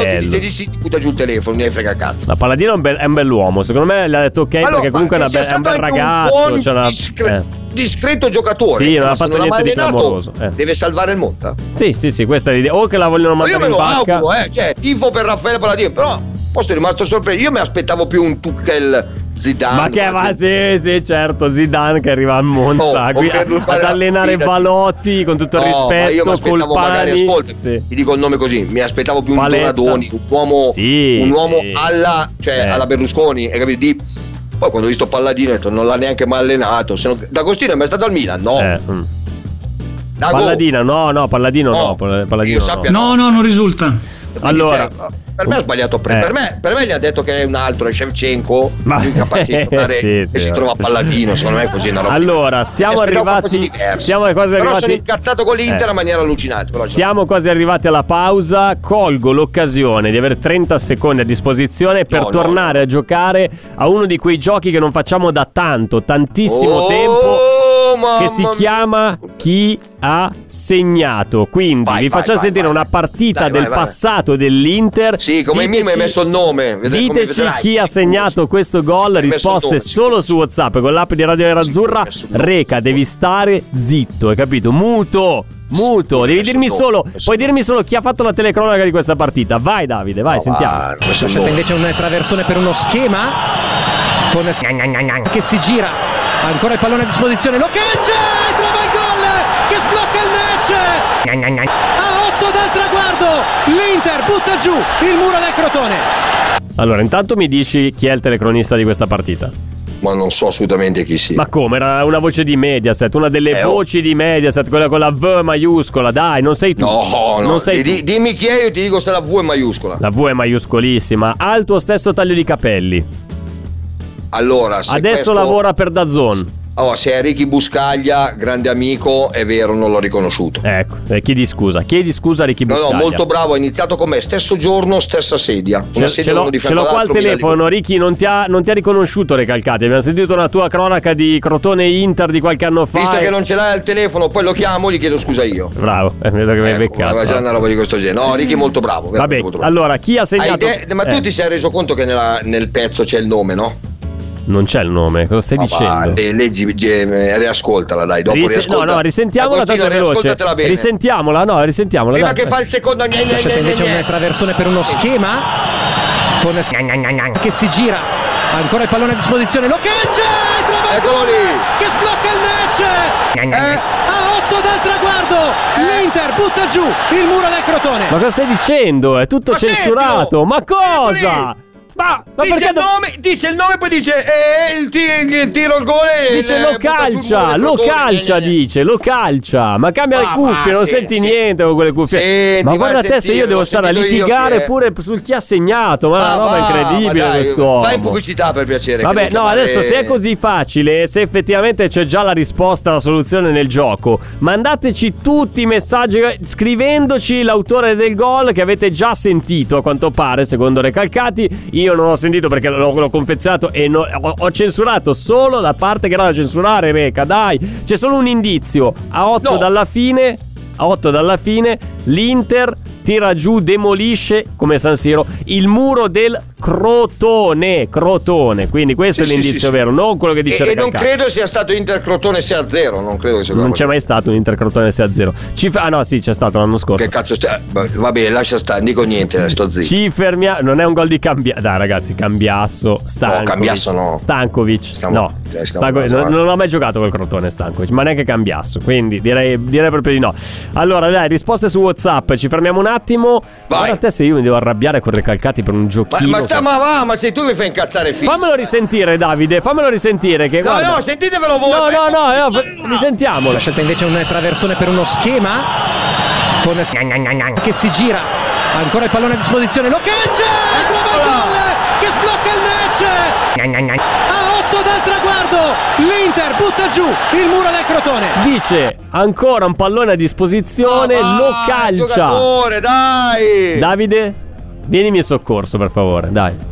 Speaker 3: Che
Speaker 4: ti
Speaker 3: bello.
Speaker 4: dice di sì, ti butta giù il telefono, ne frega cazzo.
Speaker 3: La Palladino è un, bel, è un bell'uomo, secondo me l'ha detto ok
Speaker 4: Allora,
Speaker 3: perché comunque è,
Speaker 4: ma
Speaker 3: una
Speaker 4: che
Speaker 3: be- è
Speaker 4: sia
Speaker 3: un bel
Speaker 4: stato anche
Speaker 3: ragazzo.
Speaker 4: un buon
Speaker 3: c'è una-
Speaker 4: discre-
Speaker 3: eh.
Speaker 4: discreto giocatore.
Speaker 3: Sì, non
Speaker 4: Ma
Speaker 3: ha
Speaker 4: se
Speaker 3: fatto
Speaker 4: l'ha
Speaker 3: niente di
Speaker 4: allenato,
Speaker 3: clamoroso, eh.
Speaker 4: Deve salvare il Monta.
Speaker 3: Sì, sì, sì, questa è l'idea. O che la vogliono
Speaker 4: Ma io
Speaker 3: mandare in
Speaker 4: me lo
Speaker 3: vacca.
Speaker 4: auguro, eh. Cioè, tifo per Raffaele Palladino, però poi sono rimasto sorpreso. Io mi aspettavo più un Tuchel Zidane.
Speaker 3: Ma che va,
Speaker 4: qualche-
Speaker 3: sì, sì, certo, Zidane che arriva a Monza
Speaker 4: Oh,
Speaker 3: qui
Speaker 4: ok,
Speaker 3: a-
Speaker 4: non fare
Speaker 3: ad
Speaker 4: la
Speaker 3: allenare
Speaker 4: sfida.
Speaker 3: Valotti con tutto il
Speaker 4: No, ma io mi
Speaker 3: rispetto,
Speaker 4: aspettavo magari,
Speaker 3: Colpani.
Speaker 4: ascolta,
Speaker 3: Sì.
Speaker 4: ti dico il nome così, mi aspettavo più
Speaker 3: Paletta.
Speaker 4: un Donadoni, un uomo,
Speaker 3: Sì,
Speaker 4: un uomo
Speaker 3: sì.
Speaker 4: alla, cioè,
Speaker 3: Eh.
Speaker 4: alla Berlusconi, hai capito? Di- Poi quando ho visto Palladino ho detto non l'ha neanche mai allenato, se no- D'Agostino è mai stato al Milan, no.
Speaker 3: Eh, mm.
Speaker 4: Eh, Dago,
Speaker 3: Palladina, no, no, Oh. Palladino
Speaker 4: No,
Speaker 3: no. Pall- Palladino,
Speaker 4: io sappia-
Speaker 5: No, no, non risulta.
Speaker 4: quindi,
Speaker 3: Allora,
Speaker 4: cioè, per me ha sbagliato. pre-
Speaker 3: Eh.
Speaker 4: Per, me, per me gli ha detto che è un altro, è Shevchenko.
Speaker 3: Ma-
Speaker 4: Ma... Incapace di tornare
Speaker 3: Sì,
Speaker 4: e
Speaker 3: sì,
Speaker 4: si
Speaker 3: eh.
Speaker 4: trova Palladino. Secondo me è così. Una roba
Speaker 3: Allora, siamo
Speaker 4: Aspettavo qualcosa di
Speaker 3: arrivati.
Speaker 4: diverso.
Speaker 3: Siamo quasi
Speaker 4: Però sono
Speaker 3: arrivati.
Speaker 4: incazzato con l'Inter
Speaker 3: Eh.
Speaker 4: in maniera allucinante. però, cioè,
Speaker 3: Siamo quasi arrivati alla pausa, colgo l'occasione di avere 30 secondi a disposizione per
Speaker 4: No, no,
Speaker 3: tornare
Speaker 4: no.
Speaker 3: a giocare a uno di quei giochi che non facciamo da tanto, tantissimo
Speaker 4: Oh,
Speaker 3: tempo,
Speaker 4: mamma
Speaker 3: che si
Speaker 4: mia.
Speaker 3: chiama Chi ha segnato. Quindi
Speaker 4: Vai,
Speaker 3: vi
Speaker 4: vai,
Speaker 3: faccio
Speaker 4: vai,
Speaker 3: sentire
Speaker 4: vai.
Speaker 3: una partita
Speaker 4: Dai,
Speaker 3: del
Speaker 4: vai, vai.
Speaker 3: passato dell'Inter.
Speaker 4: Sì, come
Speaker 3: Diteci-
Speaker 4: minimo hai messo il nome. Vede- come
Speaker 3: Diteci
Speaker 4: vedrai,
Speaker 3: chi ha
Speaker 4: sicuro,
Speaker 3: segnato
Speaker 4: sicuro.
Speaker 3: questo gol,
Speaker 4: Sì, hai messo il
Speaker 3: risposte
Speaker 4: nome,
Speaker 3: solo
Speaker 4: sicuro,
Speaker 3: su WhatsApp con l'app di Radio Nera
Speaker 4: Sicuro,
Speaker 3: Azzurra.
Speaker 4: hai messo il nome,
Speaker 3: Reca,
Speaker 4: sicuro.
Speaker 3: devi stare zitto, hai capito? Muto, muto,
Speaker 4: Sicuro,
Speaker 3: devi
Speaker 4: hai messo
Speaker 3: dirmi
Speaker 4: il nome,
Speaker 3: solo,
Speaker 4: hai messo
Speaker 3: puoi
Speaker 4: il nome.
Speaker 3: dirmi solo chi ha fatto la telecronaca di questa partita. Vai Davide, vai,
Speaker 4: No,
Speaker 3: sentiamo.
Speaker 4: va, questo è il nome.
Speaker 6: invece un traversone per uno schema con che si gira ancora il pallone a disposizione lo calcia e trova il gol che sblocca il match a 8 dal traguardo l'Inter butta giù il muro del Crotone
Speaker 3: Allora, intanto mi dici chi è il telecronista di questa partita.
Speaker 4: Ma non so assolutamente chi sia.
Speaker 3: Ma come? Era una voce di Mediaset, una delle
Speaker 4: Eh, oh.
Speaker 3: voci di Mediaset, quella con la V maiuscola, dai, non sei tu.
Speaker 4: No, no.
Speaker 3: non sei
Speaker 4: Di-
Speaker 3: tu.
Speaker 4: di- dimmi chi è, io ti dico se la V è maiuscola.
Speaker 3: La V è maiuscolissima, ha il tuo stesso taglio di capelli.
Speaker 4: Allora, se
Speaker 3: Adesso
Speaker 4: questo-
Speaker 3: lavora per Dazzon.
Speaker 4: Oh, se è Ricky Buscaglia, grande amico, è vero, non l'ho riconosciuto.
Speaker 3: Ecco, eh, chiedi scusa, chiedi scusa a Ricky
Speaker 4: No, no,
Speaker 3: Buscaglia.
Speaker 4: molto bravo, ha iniziato con me, stesso giorno, stessa sedia.
Speaker 3: Ce,
Speaker 4: Una sedia
Speaker 3: ce l'ho,
Speaker 4: uno di
Speaker 3: ce
Speaker 4: fianco
Speaker 3: l'ho qua al
Speaker 4: all'altro, mi la
Speaker 3: telefono, Ricky, non ti, ha, non ti ha riconosciuto Recalcati. Abbiamo sentito una tua cronaca di Crotone Inter di qualche anno fa.
Speaker 4: Visto
Speaker 3: e-
Speaker 4: che non ce l'hai al telefono, poi lo chiamo, gli chiedo scusa io.
Speaker 3: Bravo, eh, vedo che mi hai
Speaker 4: Ecco,
Speaker 3: beccato.
Speaker 4: ma già una roba di questo genere. No, Ricky è molto bravo. veramente
Speaker 3: Vabbè,
Speaker 4: molto bravo.
Speaker 3: allora chi ha
Speaker 4: Hai
Speaker 3: segnato?
Speaker 4: idea- ma
Speaker 3: Eh,
Speaker 4: tu ti sei reso conto che nella- nel pezzo c'è il nome, no?
Speaker 3: Non c'è il nome, cosa stai
Speaker 4: Ma va,
Speaker 3: dicendo?
Speaker 4: le- leggi, ge- eh, riascoltala, dai. Dopo
Speaker 3: Rise- no,
Speaker 4: riascolta.
Speaker 3: no, risentiamola
Speaker 4: Agostino,
Speaker 3: tanto veloce.
Speaker 4: riascoltatela bene.
Speaker 3: Risentiamola, no, risentiamola.
Speaker 4: Prima
Speaker 3: dai.
Speaker 4: che fa il secondo, gne, gne,
Speaker 6: lasciate
Speaker 4: gne,
Speaker 6: invece
Speaker 4: gne.
Speaker 6: un traversone per uno schema con che si gira ancora il pallone a disposizione lo calcia e trova il
Speaker 4: Eccolo
Speaker 6: gol
Speaker 4: lì.
Speaker 6: che sblocca il match
Speaker 4: Ecco. Eh,
Speaker 6: a 8 dal traguardo l'Inter butta giù il muro del Crotone
Speaker 3: Ma cosa stai dicendo? È tutto
Speaker 4: Ma
Speaker 3: censurato.
Speaker 4: sentilo!
Speaker 3: Ma cosa?
Speaker 4: Eccoli!
Speaker 3: Ma, ma
Speaker 4: dice,
Speaker 3: perché
Speaker 4: il
Speaker 3: do-
Speaker 4: nome, dice il nome, poi dice eh, il, ti- il tiro il gol. eh, e-
Speaker 3: Dice
Speaker 4: eh,
Speaker 3: lo
Speaker 4: butta giù il
Speaker 3: calcia,
Speaker 4: muro,
Speaker 3: lo
Speaker 4: Crotone,
Speaker 3: calcia
Speaker 4: gne, gne, gne.
Speaker 3: dice, lo calcia, ma cambia le
Speaker 4: Ah,
Speaker 3: cuffie,
Speaker 4: ma
Speaker 3: non
Speaker 4: sì,
Speaker 3: senti
Speaker 4: sì.
Speaker 3: niente con quelle cuffie.
Speaker 4: Senti,
Speaker 3: ma
Speaker 4: vai
Speaker 3: guarda
Speaker 4: a
Speaker 3: te se
Speaker 4: sentire,
Speaker 3: io devo
Speaker 4: l'ho
Speaker 3: stare a
Speaker 4: sentito io
Speaker 3: litigare
Speaker 4: che-
Speaker 3: pure sul chi ha segnato, ma è una
Speaker 4: Ah,
Speaker 3: roba
Speaker 4: va,
Speaker 3: incredibile
Speaker 4: ma dai,
Speaker 3: quest'uomo.
Speaker 4: Fai pubblicità per piacere. che
Speaker 3: Vabbè,
Speaker 4: devi
Speaker 3: no,
Speaker 4: chiamare-
Speaker 3: adesso se è così facile, se effettivamente c'è già la risposta, la soluzione nel gioco, mandateci tutti i messaggi eh, scrivendoci l'autore del gol che avete già sentito, a quanto pare, secondo Recalcati. Io non l'ho sentito perché l'ho, l'ho confezionato e no- ho, ho censurato solo la parte che era da censurare, Reca, dai. C'è solo un indizio, a 8
Speaker 4: No.
Speaker 3: dalla fine, a 8 dalla fine, l'Inter tira giù, demolisce, come San Siro, il muro del Crotone, Crotone. Quindi questo è
Speaker 4: Sì, sì,
Speaker 3: l'indizio
Speaker 4: sì, sì.
Speaker 3: vero, non quello che dice
Speaker 4: E, e non
Speaker 3: Recalcati.
Speaker 4: credo sia stato Inter Crotone 6 a 0. Non credo che sia
Speaker 3: Non
Speaker 4: quello.
Speaker 3: c'è mai stato un Inter Crotone 6 0. Ci fe- ah no, sì, c'è stato l'anno scorso.
Speaker 4: Che cazzo stai? Va bene, lascia stare, dico niente, sto zitto.
Speaker 3: Ci fermiamo. Non è un gol di Cambia. Dai, ragazzi, Cambiasso. Stankovic.
Speaker 4: Cambiasso no.
Speaker 3: Stankovic.
Speaker 4: Stiamo-
Speaker 3: no.
Speaker 4: eh, stiamo
Speaker 3: Stankovic-
Speaker 4: parlando.
Speaker 3: non, non ho mai giocato col crotone Stankovic, ma neanche Cambiasso. Quindi direi, direi proprio di no. Allora, dai, risposte su WhatsApp. Ci fermiamo un attimo.
Speaker 4: Vai.
Speaker 3: Guarda te se io mi devo arrabbiare con Recalcati per un
Speaker 4: Ma,
Speaker 3: giochino.
Speaker 4: ma, sta,
Speaker 3: che-
Speaker 4: ma va, ma sei tu che mi fai incazzare figlio.
Speaker 3: Fammelo risentire, Davide. Fammelo risentire. Che
Speaker 4: No,
Speaker 3: Eh, guarda.
Speaker 4: no, sentitevelo voi.
Speaker 3: No, no, no, eh, no,
Speaker 4: Sentitevelo.
Speaker 3: risentiamolo.
Speaker 6: Lasciate invece un traversone per uno schema con che si gira ancora il pallone a disposizione lo calcia e trova il gol che sblocca il match a 8 dal traguardo l'Inter butta giù il muro del Crotone
Speaker 3: Dice ancora un pallone a disposizione.
Speaker 4: Ma
Speaker 3: lo
Speaker 4: vai,
Speaker 3: calcia.
Speaker 4: Ah, Giocatore, dai.
Speaker 3: Davide, vienimi in soccorso, per favore, dai.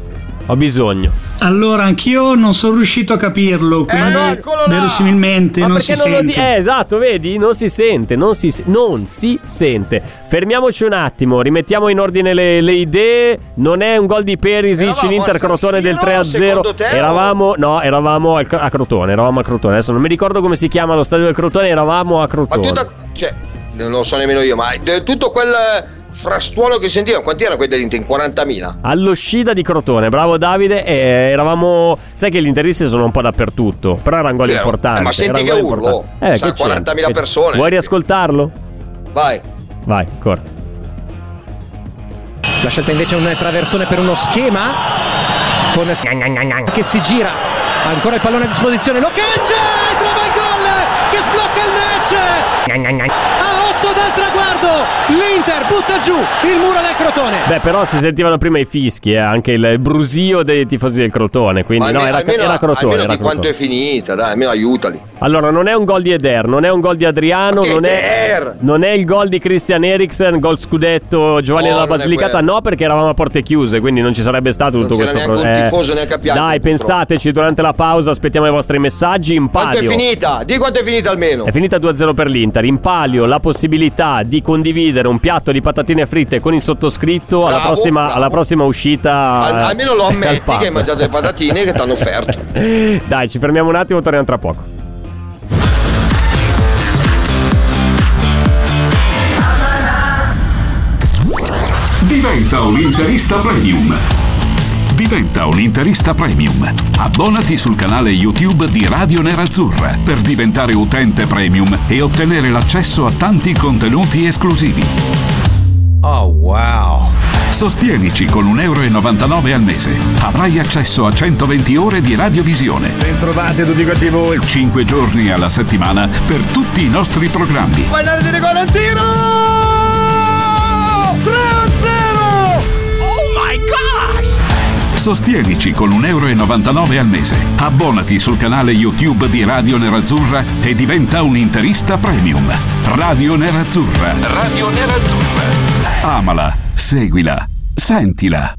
Speaker 3: Ho bisogno.
Speaker 5: Allora, anch'io non sono riuscito a capirlo, quindi
Speaker 4: Eh, eccolo là!
Speaker 5: verosimilmente
Speaker 3: Ma
Speaker 5: non si
Speaker 3: perché non lo di-
Speaker 5: sente.
Speaker 3: Eh, esatto, vedi? Non si sente, non si, se- non si sente. Fermiamoci un attimo, rimettiamo in ordine le, le idee. Non è un gol di Perisic in
Speaker 4: Eravamo a
Speaker 3: Inter Crotone
Speaker 4: San
Speaker 3: del
Speaker 4: Siro,
Speaker 3: 3-0.
Speaker 4: secondo te, o-
Speaker 3: Eravamo, no, eravamo al- a Crotone, eravamo a Crotone. Adesso non mi ricordo come si chiama lo stadio del Crotone, eravamo a
Speaker 4: Ma
Speaker 3: Crotone.
Speaker 4: tutta, cioè, non lo so nemmeno io, ma de- tutto quel eh, frastuono che sentivo, quanti erano quelli dell'Inter? In 40.000?
Speaker 3: Allo Scida di Crotone, bravo Davide. eh, eravamo. Sai che gli interisti sono un po' dappertutto. Però era un gol
Speaker 4: Sì, era-
Speaker 3: importante.
Speaker 4: eh, ma senti
Speaker 3: era un
Speaker 4: che
Speaker 3: gol
Speaker 4: urlo.
Speaker 3: importante.
Speaker 4: Sa,
Speaker 3: che c'è?
Speaker 4: 40.000
Speaker 3: Che-
Speaker 4: persone.
Speaker 3: Vuoi riascoltarlo?
Speaker 4: Vai.
Speaker 3: Vai, ancora.
Speaker 6: Lasciate invece un traversone per uno schema con che si gira ancora il pallone a disposizione lo calcia e trova il gol che sblocca il match a butta giù il muro del Crotone.
Speaker 3: Beh, però si sentivano prima i fischi, eh, anche il brusio dei tifosi del Crotone. Quindi,
Speaker 4: almeno-
Speaker 3: no, era,
Speaker 4: almeno-
Speaker 3: era Crotone.
Speaker 4: almeno
Speaker 3: era
Speaker 4: di quanto
Speaker 3: Crotone.
Speaker 4: è finita, dai, almeno aiutali.
Speaker 3: Allora, non è un gol di Eder, non è un gol di Adriano,
Speaker 4: Che
Speaker 3: non è,
Speaker 4: Eder!
Speaker 3: non è il gol di Christian Eriksen, gol scudetto Giovanni
Speaker 4: No,
Speaker 3: della
Speaker 4: non è
Speaker 3: Basilicata.
Speaker 4: quello.
Speaker 3: No, perché eravamo a porte chiuse, quindi non ci sarebbe stato
Speaker 4: Non
Speaker 3: tutto
Speaker 4: c'era
Speaker 3: questo
Speaker 4: neanche un
Speaker 3: eh.
Speaker 4: tifoso, neanche a piangere,
Speaker 3: Dai,
Speaker 4: purtroppo.
Speaker 3: pensateci durante la pausa, aspettiamo i vostri messaggi. In
Speaker 4: Quanto è
Speaker 3: palio.
Speaker 4: finita? Di quanto è finita almeno?
Speaker 3: È finita 2-0 per l'Inter. In palio la possibilità di condividere un piatto di patatine fritte con il sottoscritto alla,
Speaker 4: Bravo,
Speaker 3: prossima,
Speaker 4: bravo.
Speaker 3: alla prossima uscita.
Speaker 4: Al-
Speaker 3: eh,
Speaker 4: almeno lo
Speaker 3: al
Speaker 4: ammetti che hai
Speaker 3: pub.
Speaker 4: mangiato le patatine che t'hanno offerto.
Speaker 3: Dai, ci fermiamo un attimo, torniamo tra poco.
Speaker 2: Diventa un interista premium. Diventa un interista premium. Abbonati sul canale YouTube di Radio Nerazzurra per diventare utente premium e ottenere l'accesso a tanti contenuti esclusivi.
Speaker 7: Oh wow.
Speaker 2: Sostienici con 1,99 euro al mese. Avrai accesso a 120 ore di radiovisione.
Speaker 8: Bentrovate tutti quanti voi.
Speaker 2: 5 giorni alla settimana per tutti i nostri programmi.
Speaker 4: Guardate di rigore al tiro! 3-0!
Speaker 2: Sostienici con 1,99 euro al mese. Abbonati sul canale YouTube di Radio Nerazzurra e diventa un interista premium. Radio Nerazzurra. Radio Nerazzurra. Amala, seguila, sentila.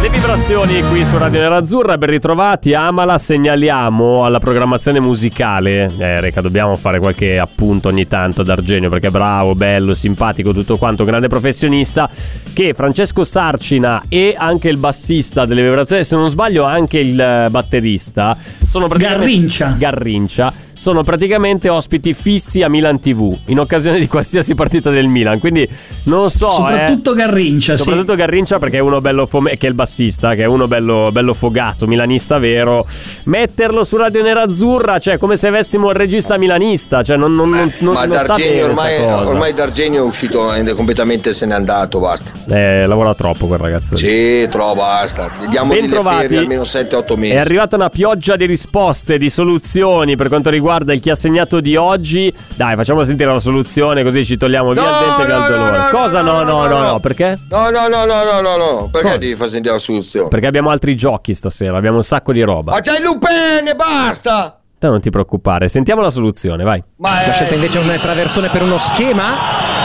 Speaker 3: Le vibrazioni qui su Radio Nerazzurra, ben ritrovati. Amala, segnaliamo alla programmazione musicale. Eh, Reca, dobbiamo fare qualche appunto ogni tanto ad Argenio perché è bravo, bello, simpatico, tutto quanto, grande professionista. Che Francesco Sarcina e anche il bassista delle vibrazioni, se non sbaglio, anche il eh, batterista, sono praticamente.
Speaker 5: Garrincia.
Speaker 3: Garrincia sono praticamente ospiti fissi a Milan TV in occasione di qualsiasi partita del Milan. Quindi non so. eh.
Speaker 5: Soprattutto Garrincia, sì.
Speaker 3: Soprattutto Garrincia perché è uno bello fome- che è il bassista, che è uno bello, bello fogato, milanista vero. Metterlo su Radio Nerazzurra, cioè come se avessimo il regista milanista, cioè non, non, non, non-
Speaker 4: Eh, Ma
Speaker 3: non sta bene
Speaker 4: D'Argenio ormai,
Speaker 3: sta cosa.
Speaker 4: ormai D'Argenio è uscito, è completamente se n'è andato, basta.
Speaker 3: Eh, lavora troppo quel ragazzo. lì.
Speaker 4: Sì, trova, basta. Diamo delle
Speaker 3: Bentrovati.
Speaker 4: ferie almeno 7-8 mesi.
Speaker 3: È arrivata una pioggia di risposte, di soluzioni per quanto riguarda il chi ha segnato di oggi. Dai, facciamo sentire la soluzione così ci togliamo via il dente e via il dolore. Cosa no, no, no, no, perché?
Speaker 4: No, no, no, no, no, no, no. Perché
Speaker 3: Cosa?
Speaker 4: devi far sentire la soluzione?
Speaker 3: Perché abbiamo altri giochi stasera, abbiamo un sacco di roba.
Speaker 4: Ma c'è il Lupin e basta!
Speaker 3: Te non ti preoccupare, sentiamo la soluzione, vai.
Speaker 4: Ma
Speaker 6: La scelta
Speaker 4: eh,
Speaker 6: invece un traversone per uno schema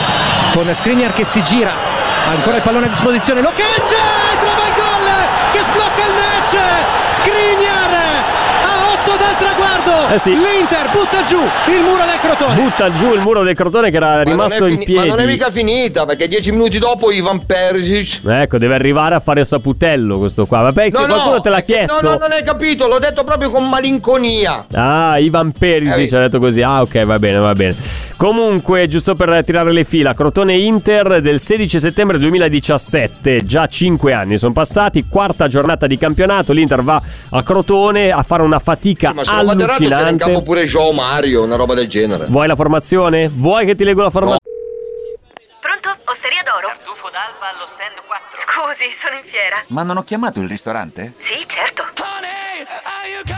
Speaker 6: con Skriniar che si gira, ancora il pallone a disposizione, lo calcia e trova il gol che sblocca il match. Skriniar a 8 dal traguardo.
Speaker 3: Eh sì.
Speaker 6: L'Inter butta giù il muro del Crotone.
Speaker 3: Butta giù il muro del crotone che era
Speaker 4: ma non è
Speaker 3: rimasto in
Speaker 4: fini- Ma non è
Speaker 3: piedi.
Speaker 4: mica finita, perché 10 minuti dopo Ivan Perisic...
Speaker 3: Ecco, deve arrivare a fare saputello questo qua. Ma perché qualcuno te l'ha
Speaker 4: è che-
Speaker 3: chiesto?
Speaker 4: No, no, non hai capito, l'ho detto proprio con malinconia.
Speaker 3: Ah, Ivan
Speaker 4: Eh,
Speaker 3: Perisic
Speaker 4: vedi.
Speaker 3: ci ha detto così. Ah, ok, va bene, va bene. Comunque, giusto per tirare le fila, Crotone Inter del 16 settembre 2017, già 5 anni sono passati, quarta giornata di campionato, l'Inter va a Crotone a fare una fatica
Speaker 4: Sì, ma se lo guarderà c'era in campo
Speaker 3: allucinante.
Speaker 4: pure Joao Mario, una roba del genere.
Speaker 3: Vuoi la formazione? Vuoi che ti leggo la formazione?
Speaker 1: Pronto? Osteria d'oro?
Speaker 9: Tartufo d'alba allo stand 4.
Speaker 1: Scusi, sono in fiera.
Speaker 10: Ma non ho chiamato il ristorante?
Speaker 1: Sì, certo.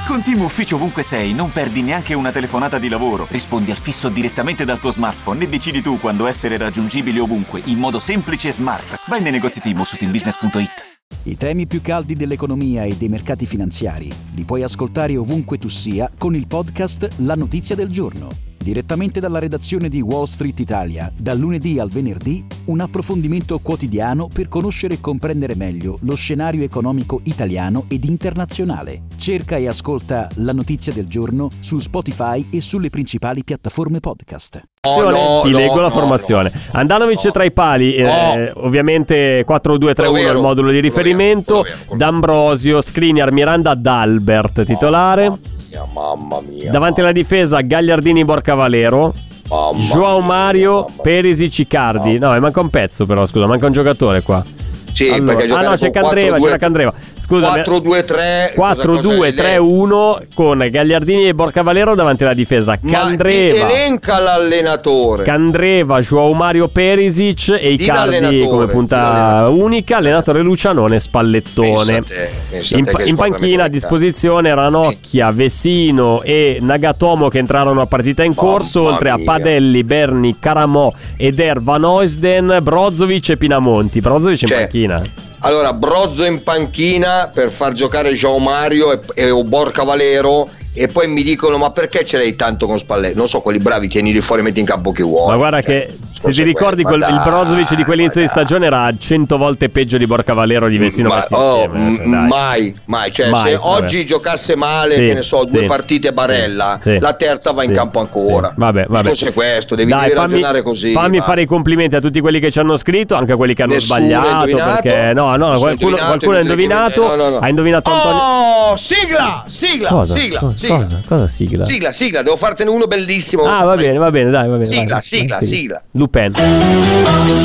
Speaker 10: Con Team Ufficio ovunque sei non perdi neanche una telefonata di lavoro. Rispondi al fisso direttamente dal tuo smartphone e decidi tu quando essere raggiungibile ovunque in modo semplice e smart. Vai nei negozi Team o su teambusiness.it.
Speaker 7: I temi più caldi dell'economia e dei mercati finanziari li puoi ascoltare ovunque tu sia con il podcast La notizia del giorno. Direttamente dalla redazione di Wall Street Italia, dal lunedì al venerdì, un approfondimento quotidiano per conoscere e comprendere meglio lo scenario economico italiano ed internazionale. Cerca e ascolta La notizia del giorno su Spotify e sulle principali piattaforme podcast.
Speaker 4: No, no,
Speaker 3: ti
Speaker 4: no,
Speaker 3: leggo la
Speaker 4: no,
Speaker 3: formazione. Andanovic
Speaker 4: No.
Speaker 3: tra i pali, eh, ovviamente 4-2-3-1 il
Speaker 4: Provero,
Speaker 3: modulo di
Speaker 4: Provero,
Speaker 3: riferimento.
Speaker 4: Provero, Provero.
Speaker 3: D'Ambrosio, Skriniar, Miranda, D'Albert titolare.
Speaker 4: Mamma mia, mamma mia.
Speaker 3: Davanti alla difesa Gagliardini, Borca Valero.
Speaker 4: Mamma
Speaker 3: Joao
Speaker 4: mia,
Speaker 3: Mario,
Speaker 4: mamma mia.
Speaker 3: Perisic, Icardi. No, eh, manca un pezzo però, scusa, manca un giocatore qua.
Speaker 4: Sì,
Speaker 3: Allora,
Speaker 4: perché
Speaker 3: ah
Speaker 4: giocare
Speaker 3: no, c'è
Speaker 4: con
Speaker 3: Candreva,
Speaker 4: 4-2-3.
Speaker 3: c'era Candreva. eh. Scusa,
Speaker 4: 4-2-3 cosa- cosa-
Speaker 3: 4-2-3-1 con Gagliardini e Borcavallero davanti alla difesa.
Speaker 4: Ma
Speaker 3: Candreva,
Speaker 4: e- elenca l'allenatore.
Speaker 3: Candreva, Joao Mario Perisic e
Speaker 4: Di
Speaker 3: Icardi
Speaker 4: l'allenatore,
Speaker 3: come
Speaker 4: di
Speaker 3: punta
Speaker 4: l'allenatore.
Speaker 3: unica, allenatore Lucianone Spallettone.
Speaker 4: Pensa a te, pensa a
Speaker 3: In,
Speaker 4: te
Speaker 3: pa-
Speaker 4: che
Speaker 3: in
Speaker 4: squadra
Speaker 3: panchina a
Speaker 4: metropolitana.
Speaker 3: disposizione Ranocchia, Vesino e Nagatomo che entrarono a partita in corso,
Speaker 4: Mamma
Speaker 3: oltre a
Speaker 4: mia.
Speaker 3: Padelli, Berni, Caramò, Eder, Van Oisden, Brozovic e Pinamonti. Brozovic in
Speaker 4: Cioè,
Speaker 3: panchina.
Speaker 4: Allora, Brozzo in panchina per far giocare Gio Mario e, e o Borca Valero e poi mi dicono ma perché ce l'hai tanto con Spalletti? Non so, quelli bravi tienili fuori e metti in campo chi vuoi.
Speaker 3: Ma guarda
Speaker 4: Cioè,
Speaker 3: che se ti
Speaker 4: forse
Speaker 3: ricordi
Speaker 4: quello-
Speaker 3: quel-
Speaker 4: ma
Speaker 3: il
Speaker 4: dai,
Speaker 3: Brozovic di quell'inizio
Speaker 4: ma
Speaker 3: di stagione era 100 volte peggio di Borcavallero di Vessino
Speaker 4: Ma-
Speaker 3: messi
Speaker 4: oh,
Speaker 3: insieme. eh,
Speaker 4: m-
Speaker 3: dai.
Speaker 4: mai, mai. Cioè,
Speaker 3: Mai,
Speaker 4: se
Speaker 3: vabbè.
Speaker 4: oggi giocasse male,
Speaker 3: Sì,
Speaker 4: che ne so, due
Speaker 3: sì,
Speaker 4: partite barella,
Speaker 3: sì, sì,
Speaker 4: la terza va in
Speaker 3: sì,
Speaker 4: campo ancora.
Speaker 3: sì. Vabbè,
Speaker 4: Il
Speaker 3: vabbè.
Speaker 4: discorso è questo, devi,
Speaker 3: Dai,
Speaker 4: devi
Speaker 3: fammi-
Speaker 4: ragionare così.
Speaker 3: Fammi
Speaker 4: basta.
Speaker 3: fare i complimenti a tutti quelli che ci hanno scritto, anche a quelli che hanno
Speaker 4: Nessuno ha
Speaker 3: sbagliato.
Speaker 4: indovinato,
Speaker 3: Perché no, no,
Speaker 4: nessuno ha
Speaker 3: qualcuno,
Speaker 4: indovinato,
Speaker 3: qualcuno ha
Speaker 4: inutile che-
Speaker 3: indovinato.
Speaker 4: no, no, no.
Speaker 3: Ha indovinato Antonio.
Speaker 4: Oh, sigla! Sigla! Sigla!
Speaker 3: Cosa?
Speaker 4: sigla.
Speaker 3: Cosa? Cosa sigla?
Speaker 4: Sigla, sigla, devo fartene uno bellissimo.
Speaker 3: Ah, va bene, va bene, dai, va bene.
Speaker 4: Sigla,
Speaker 3: vai.
Speaker 4: sigla,
Speaker 3: Vai,
Speaker 4: sigla.
Speaker 3: Lupin.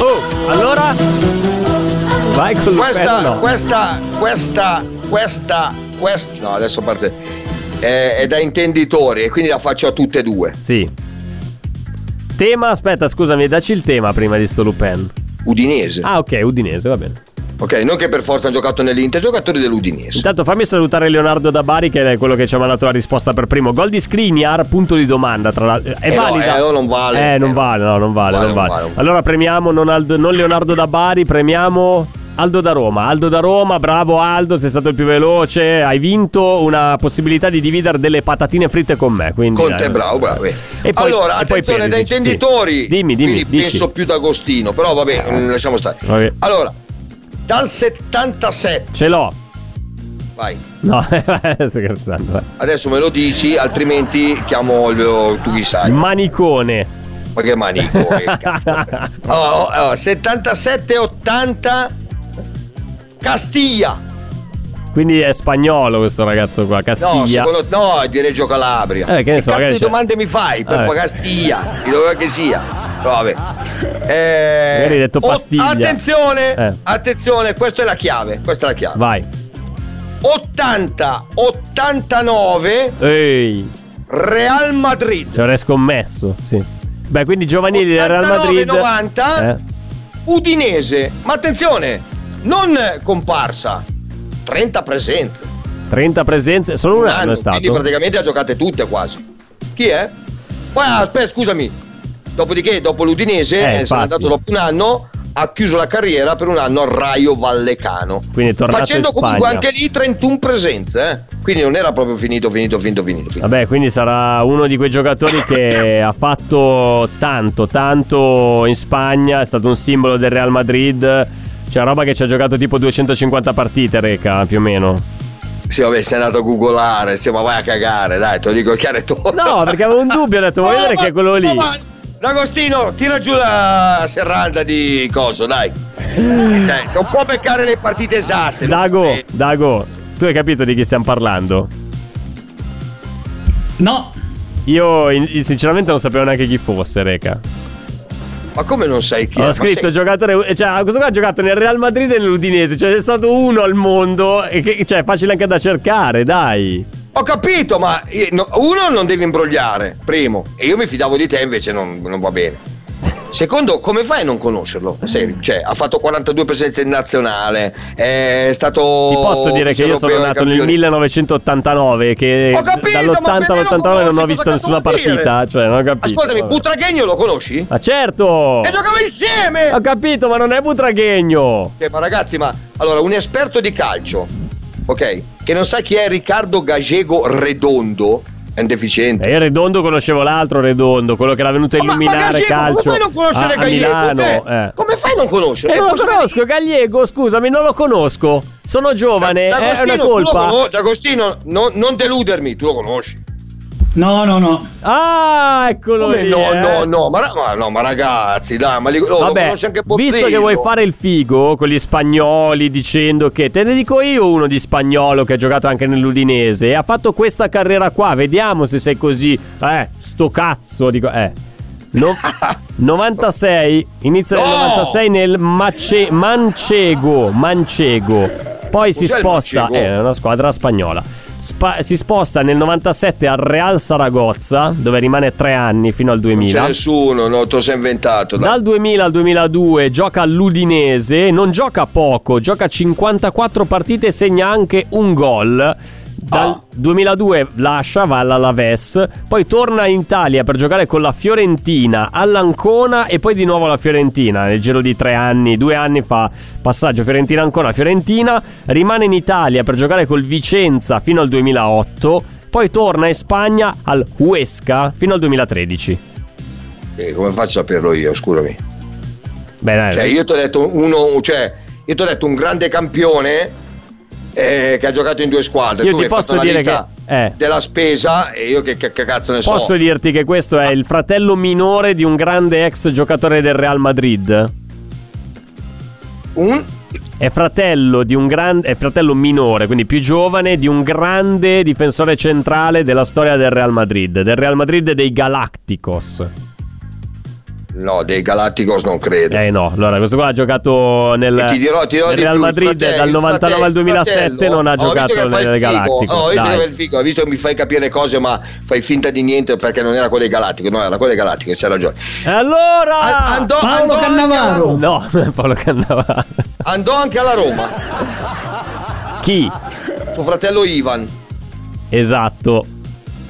Speaker 3: Oh, allora? Vai con Lupin.
Speaker 4: Questa,
Speaker 3: no.
Speaker 4: questa, questa, questa, questa. No, adesso parte. È, è da intenditori e quindi la faccio a tutte e due.
Speaker 3: Sì. Tema, aspetta, scusami, dacci il tema prima di sto Lupin.
Speaker 4: Udinese.
Speaker 3: Ah, ok, Udinese, va bene.
Speaker 4: Ok, non che per forza hanno giocato nell'Inter, giocatori dell'Udinese.
Speaker 3: Intanto fammi salutare Leonardo da Bari che è quello che ci ha mandato la risposta per primo. Gol di Skriniar, punto di domanda tra l'altro. È
Speaker 4: Eh no,
Speaker 3: valida?
Speaker 4: eh, no, non vale.
Speaker 3: Eh, non
Speaker 4: Eh,
Speaker 3: vale, no, non vale,
Speaker 4: vale,
Speaker 3: non
Speaker 4: non
Speaker 3: vale.
Speaker 4: vale.
Speaker 3: Allora premiamo non, Aldo- non Leonardo da Bari, premiamo Aldo da Roma. Aldo da Roma, bravo Aldo, sei stato il più veloce, hai vinto una possibilità di dividere delle patatine fritte con me. Quindi,
Speaker 4: Conte,
Speaker 3: dai,
Speaker 4: bravo, bravo.
Speaker 3: dai.
Speaker 4: bene.
Speaker 3: E poi-
Speaker 4: allora,
Speaker 3: e poi
Speaker 4: attenzione, da
Speaker 3: Perisic, sì.
Speaker 4: intenditori.
Speaker 3: Dimmi, dimmi,
Speaker 4: quindi
Speaker 3: dici. Ah,
Speaker 4: penso più d'Agostino, però vabbè, eh, lasciamo stare.
Speaker 3: Vabbè.
Speaker 4: Allora, dal 77,
Speaker 3: Ce l'ho.
Speaker 4: vai.
Speaker 3: No, sto scherzando. eh. vai.
Speaker 4: Adesso me lo dici, altrimenti chiamo il, tu chi sai.
Speaker 3: Manicone.
Speaker 4: Ma che manico, che cazzo. Oh, Allora, allora, 77-80 Castiglia.
Speaker 3: Quindi è spagnolo questo ragazzo qua,
Speaker 4: No,
Speaker 3: Castiglia.
Speaker 4: secondo, no, di Reggio Calabria.
Speaker 3: Eh, che ne so,
Speaker 4: cazzo
Speaker 3: magari
Speaker 4: di
Speaker 3: c'è.
Speaker 4: domande mi fai per
Speaker 3: Eh.
Speaker 4: Castiglia? Di dove che sia? No, Vabbè. Eh,
Speaker 3: Magari hai detto
Speaker 4: o-
Speaker 3: pastiglia.
Speaker 4: attenzione,
Speaker 3: Eh.
Speaker 4: attenzione, questa è la chiave, questa è la chiave.
Speaker 3: Vai.
Speaker 4: 80 89
Speaker 3: Ehi,
Speaker 4: Real Madrid.
Speaker 3: ci avrei scommesso, sì. Beh, quindi giovanili del Real Madrid. eh,
Speaker 4: 89-90. Udinese. Ma attenzione, non comparsa. 30 presenze.
Speaker 3: 30 presenze, solo un,
Speaker 4: Un
Speaker 3: anno,
Speaker 4: anno,
Speaker 3: è stato.
Speaker 4: Ah, Quindi praticamente ha giocate tutte quasi. Chi è? Poi ah, aspetta, scusami. Dopodiché, dopo l'Udinese,
Speaker 3: Eh,
Speaker 4: eh, se
Speaker 3: infatti.
Speaker 4: n'è andato dopo un anno, ha chiuso la carriera per un anno al Raio Vallecano.
Speaker 3: Quindi è tornato
Speaker 4: Facendo
Speaker 3: in Spagna.
Speaker 4: comunque anche lì 31 presenze, eh. quindi non era proprio finito, finito, finito, finito. finito.
Speaker 3: Vabbè, quindi sarà uno di quei giocatori che ha fatto tanto, tanto in Spagna, è stato un simbolo del Real Madrid. C'è roba che ci ha giocato tipo 250 partite, Reca, più o meno.
Speaker 4: Sì, vabbè, sei andato a googolare, sì, ma vai a cagare, dai, te lo dico chiaro e tondo.
Speaker 3: No, perché avevo un dubbio, ho detto, vuoi
Speaker 4: Ma-
Speaker 3: vedere
Speaker 4: Ah, ma-
Speaker 3: che è quello lì?
Speaker 4: ma- D'Agostino, tira giù la serranda di coso, dai. Dai, non può beccare le partite esatte.
Speaker 3: Dago,
Speaker 4: Eh,
Speaker 3: Dago, tu hai capito di chi stiamo parlando?
Speaker 5: No,
Speaker 3: Io in- sinceramente non sapevo neanche chi fosse, Reca.
Speaker 4: Ma come non sai chi è?
Speaker 3: Ho
Speaker 4: Ma
Speaker 3: scritto
Speaker 4: sei-
Speaker 3: giocatore, cioè questo qua ha giocato nel Real Madrid e nell'Udinese, cioè è stato uno al mondo, e che- cioè è facile anche da cercare, dai.
Speaker 4: Ho capito, ma eh, no- uno non devi imbrogliare, primo. E io mi fidavo di te, invece non, non va bene. Secondo, come fai a non conoscerlo? Sei- cioè, ha fatto 42 presenze in nazionale, è stato...
Speaker 3: Ti posso dire che io sono
Speaker 4: europeo,
Speaker 3: nato nel
Speaker 4: campione.
Speaker 3: 1989, che
Speaker 4: Ho capito, ma
Speaker 3: dall'80
Speaker 4: perché non
Speaker 3: all'89 non ho
Speaker 4: conosci?
Speaker 3: visto
Speaker 4: Cosa
Speaker 3: nessuna
Speaker 4: cazzo vuol dire?
Speaker 3: partita, cioè non ho capito.
Speaker 4: Ascoltami,
Speaker 3: vabbè.
Speaker 4: Butraghegno lo conosci?
Speaker 3: Ma certo!
Speaker 4: E giocava insieme!
Speaker 3: Ho capito, ma non è Butraghegno!
Speaker 4: Eh, ma ragazzi, ma allora un esperto di calcio, ok, che non sa chi è Riccardo Gagego Redondo, è un deficiente. Oh,
Speaker 3: E Eh, Redondo conoscevo l'altro Redondo, quello che era venuto a
Speaker 4: Ma- ma
Speaker 3: illuminare
Speaker 4: Gallego,
Speaker 3: calcio
Speaker 4: Come fai a non conoscere
Speaker 3: a, a
Speaker 4: Gallego?
Speaker 3: Milano.
Speaker 4: Cioè,
Speaker 3: eh.
Speaker 4: Come fai a non conoscere?
Speaker 3: E non lo
Speaker 4: Posso
Speaker 3: conosco, Gallego, scusami, non lo conosco. Sono giovane, eh,
Speaker 4: dire-
Speaker 3: è
Speaker 4: D'Agostino,
Speaker 3: una
Speaker 4: tu
Speaker 3: colpa.
Speaker 4: lo conos- D'Agostino, no- non deludermi, tu lo conosci.
Speaker 5: no, no, no.
Speaker 3: Ah, eccolo
Speaker 4: Come
Speaker 3: lì.
Speaker 4: no,
Speaker 3: eh.
Speaker 4: no, no, ma, ra- ma- no, ma ragazzi, dai, ma li- oh, lo
Speaker 3: Vabbè,
Speaker 4: conosce anche Bottino.
Speaker 3: visto che vuoi fare il figo con gli spagnoli dicendo che te ne dico io uno di spagnolo che ha giocato anche nell'Udinese e ha fatto questa carriera qua, vediamo se sei così, eh, sto cazzo, dico, eh. No- 96, inizia nel
Speaker 4: No!
Speaker 3: 96 nel Mace- Mancego, Mancego. Poi si
Speaker 4: Cos'è il
Speaker 3: sposta, eh,
Speaker 4: Mancego?
Speaker 3: è una squadra spagnola. Spa- si sposta nel 97 al Real Saragozza, dove rimane tre anni fino al
Speaker 4: Non c'è
Speaker 3: 2000.
Speaker 4: nessuno, no, te lo sei inventato. dai.
Speaker 3: Dal 2000 al 2002 gioca all'Udinese, non gioca poco, gioca 54 partite e segna anche un gol. Dal
Speaker 4: Ah.
Speaker 3: 2002 lascia, va all'Alaves, poi torna in Italia per giocare con la Fiorentina, all'Ancona e poi di nuovo alla Fiorentina. Nel giro di tre anni, due anni fa passaggio Fiorentina-Ancona-Fiorentina, rimane in Italia per giocare col Vicenza fino al 2008, poi torna in Spagna al Huesca fino al 2013.
Speaker 4: Eh, come faccio a saperlo io? Scusami.
Speaker 3: Beh, dai,
Speaker 4: Cioè, io ti ho detto uno, cioè, io ti ho detto un grande campione eh, che ha giocato in due squadre.
Speaker 3: Io
Speaker 4: Tu
Speaker 3: ti
Speaker 4: mi hai fatto
Speaker 3: posso
Speaker 4: una
Speaker 3: dire
Speaker 4: lista
Speaker 3: che- eh.
Speaker 4: della spesa e io che, che- che cazzo ne
Speaker 3: Posso
Speaker 4: so.
Speaker 3: dirti che questo
Speaker 4: Ah.
Speaker 3: è il fratello minore di un grande ex giocatore del Real Madrid?
Speaker 4: Un-
Speaker 3: È fratello di un grande è fratello minore, quindi più giovane di un grande difensore centrale della storia del Real Madrid, del Real Madrid e dei Galacticos.
Speaker 4: No, dei Galacticos non credo.
Speaker 3: Eh no, allora questo qua ha giocato nel,
Speaker 4: E ti dirò- ti dirò
Speaker 3: nel
Speaker 4: di
Speaker 3: Real
Speaker 4: più, il
Speaker 3: Madrid
Speaker 4: fratello-
Speaker 3: dal
Speaker 4: il
Speaker 3: 99 al
Speaker 4: fratello-
Speaker 3: 2007
Speaker 4: fratello,
Speaker 3: non ha
Speaker 4: ho visto che
Speaker 3: giocato
Speaker 4: fai il
Speaker 3: nel
Speaker 4: figo,
Speaker 3: Galacticos.
Speaker 4: ho visto che
Speaker 3: dai.
Speaker 4: fai il figo, ho visto che mi fai capire cose, ma fai finta di niente perché non era quello dei Galacticos. No, era quello dei Galacticos, c'hai ragione.
Speaker 3: E allora
Speaker 4: An- andò-
Speaker 5: Paolo
Speaker 4: andò anche alla
Speaker 5: Cannavaro.
Speaker 4: Roma.
Speaker 3: No, Paolo Cannavaro.
Speaker 4: Andò anche alla Roma.
Speaker 3: Chi?
Speaker 4: Suo fratello Ivan.
Speaker 3: Esatto,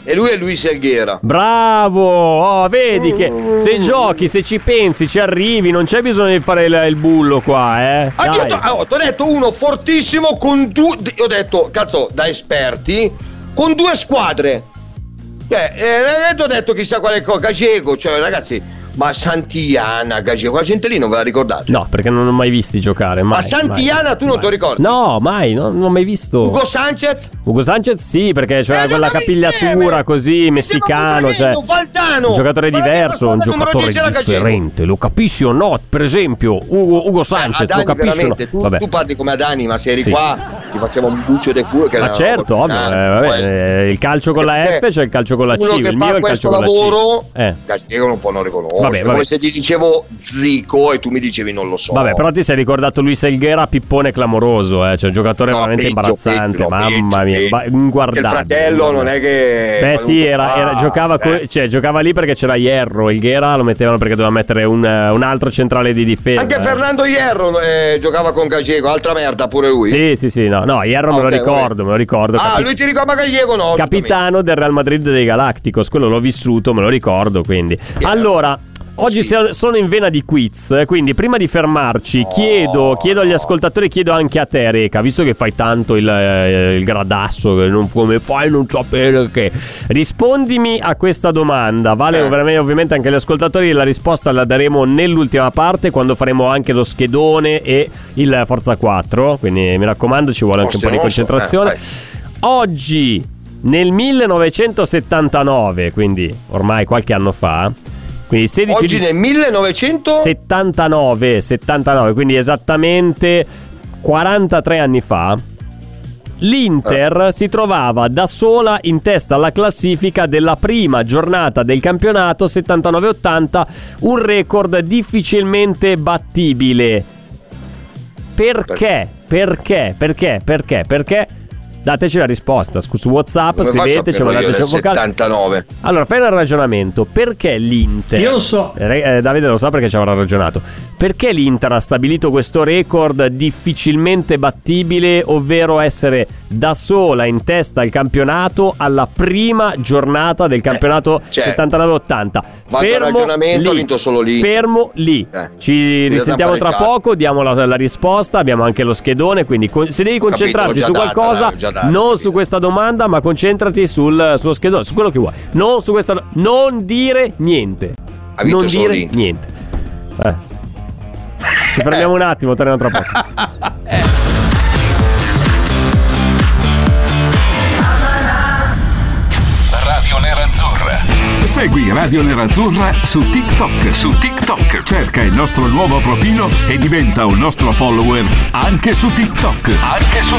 Speaker 4: E lui è Luis Elghera.
Speaker 3: Bravo! Oh, vedi che se
Speaker 4: Mm.
Speaker 3: giochi, se ci pensi, ci arrivi, non c'è bisogno di fare il, il bullo qua, eh.
Speaker 4: Ah, io
Speaker 3: Dai.
Speaker 4: to- ah, ho detto uno fortissimo con due. Ho detto, cazzo, da esperti, con due squadre. Cioè, eh, non è che ho detto chissà quale cosa. Gagego, cioè, ragazzi, ma Santiana, Gagego, la gente lì non ve la ricordate.
Speaker 3: No, perché non ho mai visti giocare. Mai,
Speaker 4: Ma Santiana
Speaker 3: mai,
Speaker 4: tu non
Speaker 3: mai.
Speaker 4: te lo ricordi?
Speaker 3: No, mai, no, non ho mai visto.
Speaker 4: Ugo Sanchez?
Speaker 3: Ugo Sanchez sì, perché c'era
Speaker 4: Eh,
Speaker 3: quella
Speaker 4: giocava
Speaker 3: capigliatura
Speaker 4: insieme.
Speaker 3: così, messicano, cioè,
Speaker 4: Insieme a Butragueño, Valdano.
Speaker 3: un giocatore
Speaker 4: Ma la
Speaker 3: diverso,
Speaker 4: mia
Speaker 3: un
Speaker 4: squadra numero
Speaker 3: giocatore
Speaker 4: 10 era Gallego.
Speaker 3: differente, lo capisci o no? Per esempio, Ugo, Ugo Sanchez, lo
Speaker 4: Adani,
Speaker 3: capisci o no?
Speaker 4: Ah, veramente, tu, tu parli come Adani, ma se eri
Speaker 3: Sì.
Speaker 4: qua ti facciamo un buccio del culo. Che
Speaker 3: Ma
Speaker 4: era-
Speaker 3: certo, ovvio, eh, vabbè, eh, il calcio con la F
Speaker 4: Perché
Speaker 3: c'è il calcio con la C,
Speaker 4: uno che
Speaker 3: il
Speaker 4: fa
Speaker 3: mio è il calcio
Speaker 4: questo
Speaker 3: con la
Speaker 4: lavoro,
Speaker 3: C. Eh.
Speaker 4: Gallego non può non riconoscere.
Speaker 3: Vabbè, vabbè.
Speaker 4: Come se ti dicevo Zico e tu mi dicevi non lo so.
Speaker 3: Vabbè, però ti sei ricordato Luis Elghera, pippone clamoroso, eh? cioè un giocatore
Speaker 4: No,
Speaker 3: veramente
Speaker 4: peggio,
Speaker 3: imbarazzante,
Speaker 4: peggio,
Speaker 3: mamma
Speaker 4: peggio,
Speaker 3: mia,
Speaker 4: peggio.
Speaker 3: imba- inguardabile.
Speaker 4: il fratello non è che.
Speaker 3: Beh sì, era, era-
Speaker 4: qualunque- Ah,
Speaker 3: giocava, co-
Speaker 4: eh.
Speaker 3: cioè, giocava lì perché c'era Hierro, Elghera lo mettevano perché doveva mettere un, eh, un altro centrale di difesa.
Speaker 4: Anche
Speaker 3: eh.
Speaker 4: Fernando Hierro eh, giocava con Gallego, altra merda pure lui.
Speaker 3: Sì, sì, sì, no, no Hierro
Speaker 4: Ah,
Speaker 3: me lo
Speaker 4: ok,
Speaker 3: ricordo,
Speaker 4: vabbè.
Speaker 3: me lo ricordo.
Speaker 4: Ah,
Speaker 3: capi-
Speaker 4: lui ti ricorda Gallego no?
Speaker 3: capitano del Real Madrid dei Galacticos, quello l'ho vissuto, me lo ricordo, quindi. Allora, oggi
Speaker 4: Sì.
Speaker 3: siamo- sono in vena di quiz, eh, quindi prima di fermarci
Speaker 4: Oh.
Speaker 3: chiedo, chiedo agli ascoltatori, chiedo anche a te Reca, visto che fai tanto il, eh, il gradasso, che non- come fai a non sapere che... Rispondimi a questa domanda, vale
Speaker 4: Eh.
Speaker 3: ovviamente- ovviamente anche agli ascoltatori, la risposta la daremo nell'ultima parte quando faremo anche lo schedone e il Forza 4, quindi mi raccomando ci vuole anche un po' di
Speaker 4: Ostinoso, eh,
Speaker 3: concentrazione.
Speaker 4: vai.
Speaker 3: Oggi, nel 1979, quindi ormai qualche anno fa, quindi 16
Speaker 4: Oggi
Speaker 3: di-
Speaker 4: nel 1900
Speaker 3: 79, 79, quindi esattamente 43 anni fa, l'Inter
Speaker 4: Eh.
Speaker 3: si trovava da sola in testa alla classifica della prima giornata del campionato 79-80, un record difficilmente battibile. Perché? Perché? Perché? Perché? Perché? Dateci la risposta scu- su WhatsApp,
Speaker 4: Come faccio a
Speaker 3: scriveteci,
Speaker 4: saperlo io
Speaker 3: mandateci un
Speaker 4: nel
Speaker 3: vocale.
Speaker 4: 79.
Speaker 3: Allora, fai un ragionamento. Perché l'Inter...
Speaker 5: Io lo so.
Speaker 3: Eh, eh, Davide lo sa perché ci avrà ragionato. Perché l'Inter ha stabilito questo record difficilmente battibile, ovvero essere da sola in testa al campionato alla prima giornata del campionato
Speaker 4: cioè,
Speaker 3: 79-80?
Speaker 4: vado al ragionamento, ha vinto solo lì.
Speaker 3: Fermo lì.
Speaker 4: Eh,
Speaker 3: Ci
Speaker 4: bisogna
Speaker 3: risentiamo tra
Speaker 4: pareggiare.
Speaker 3: poco, diamo la, la risposta, abbiamo anche lo schedone, quindi con- se devi
Speaker 4: Ho capito,
Speaker 3: concentrarti
Speaker 4: l'ho già
Speaker 3: su
Speaker 4: data,
Speaker 3: qualcosa,
Speaker 4: dai, l'ho già data,
Speaker 3: non
Speaker 4: capito.
Speaker 3: su questa domanda, ma concentrati sul, sullo schedone, su quello che vuoi. Non su questa. Non dire niente.
Speaker 4: Ha vinto
Speaker 3: Non
Speaker 4: solo
Speaker 3: dire
Speaker 4: l'Inter.
Speaker 3: niente. Eh. Ci fermiamo un attimo, torniamo tra poco.
Speaker 2: Radio Nerazzurra. Segui Radio Nerazzurra su TikTok, su TikTok. Cerca il nostro nuovo profilo e diventa un nostro follower anche su TikTok. Anche su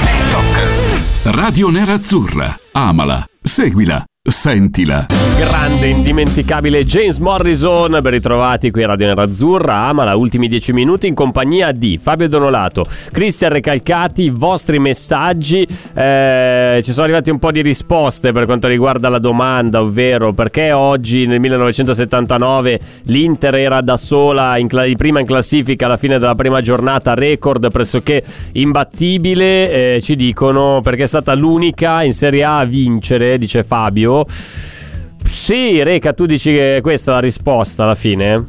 Speaker 2: TikTok. Radio Nerazzurra. Amala, seguila Sentila.
Speaker 3: Grande, indimenticabile James Morrison, ben ritrovati qui a Radio Nerazzurra, Amala, ultimi dieci minuti in compagnia di Fabio Donolato, Cristian Recalcati, i vostri messaggi, eh, ci sono arrivati un po' di risposte per quanto riguarda la domanda, ovvero perché oggi nel 1979 l'Inter era da sola in cla- prima in classifica alla fine della prima giornata, record pressoché imbattibile, eh, ci dicono perché è stata l'unica in Serie A a vincere, dice Fabio. Sì, Reca, tu dici che questa è la risposta alla fine?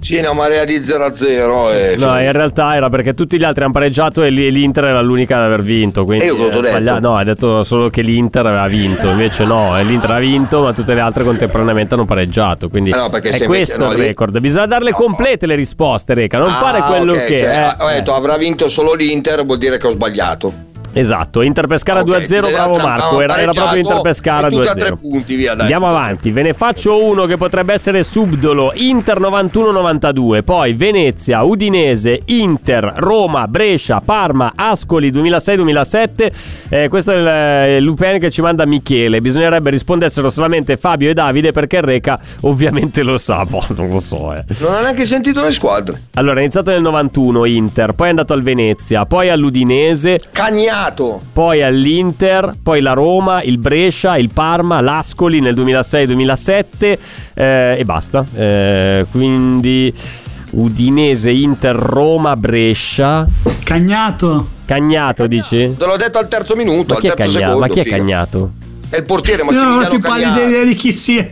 Speaker 4: Sì, una marea di 0 a eh, 0. E...
Speaker 3: No, in realtà era perché tutti gli altri hanno pareggiato e l- l'Inter era l'unica ad aver vinto. Quindi
Speaker 4: E io cosa ho
Speaker 3: eh, sbaglia-
Speaker 4: detto?
Speaker 3: No, hai detto solo che l'Inter aveva vinto. Invece no, eh, l'Inter ha vinto, ma tutte le altre contemporaneamente hanno pareggiato. Quindi
Speaker 4: Ah, no, perché se
Speaker 3: è
Speaker 4: invece-
Speaker 3: questo
Speaker 4: no,
Speaker 3: il
Speaker 4: lì-
Speaker 3: record. Bisogna darle complete le risposte, Reca. Non
Speaker 4: Ah,
Speaker 3: fare quello
Speaker 4: ok,
Speaker 3: che.
Speaker 4: cioè,
Speaker 3: eh,
Speaker 4: ho detto
Speaker 3: eh.
Speaker 4: avrà vinto solo l'Inter, vuol dire che ho sbagliato.
Speaker 3: Esatto, Inter Pescara
Speaker 4: Ah, ok,
Speaker 3: 2-0,
Speaker 4: quindi
Speaker 3: bravo
Speaker 4: l'altra-
Speaker 3: Marco, era,
Speaker 4: ah,
Speaker 3: era
Speaker 4: pareggiato,
Speaker 3: proprio Inter Pescara
Speaker 4: e tutti a
Speaker 3: 2-0.
Speaker 4: tre punti, via, dai.
Speaker 3: Andiamo avanti, ve ne faccio uno che potrebbe essere subdolo, Inter 91-92, poi Venezia, Udinese, Inter, Roma, Brescia, Parma, Ascoli 2006-2007. Eh, questo è il eh, Lupin che ci manda Michele, bisognerebbe rispondessero solamente Fabio e Davide perché Reca ovviamente lo sa, boh, non lo so eh.
Speaker 4: Non ho neanche sentito le squadre.
Speaker 3: Allora, è iniziato nel 91 Inter, poi è andato al Venezia, poi all'Udinese,
Speaker 4: Cagnato.
Speaker 3: poi all'Inter, poi la Roma, il Brescia, il Parma, l'Ascoli nel 2006-2007 eh, e basta. Eh, quindi Udinese, Inter, Roma, Brescia,
Speaker 5: Cagnato.
Speaker 3: Cagnato dici?
Speaker 4: Te l'ho detto al terzo minuto,
Speaker 3: Ma
Speaker 4: al
Speaker 3: chi è,
Speaker 4: terzo
Speaker 3: Cagna-
Speaker 4: secondo.
Speaker 3: ma chi è
Speaker 4: figa.
Speaker 3: Cagnato?
Speaker 4: È il portiere
Speaker 5: Io non ho la
Speaker 4: Massimiliano
Speaker 5: più pallida
Speaker 4: Cagnato.
Speaker 5: idea di chi sia.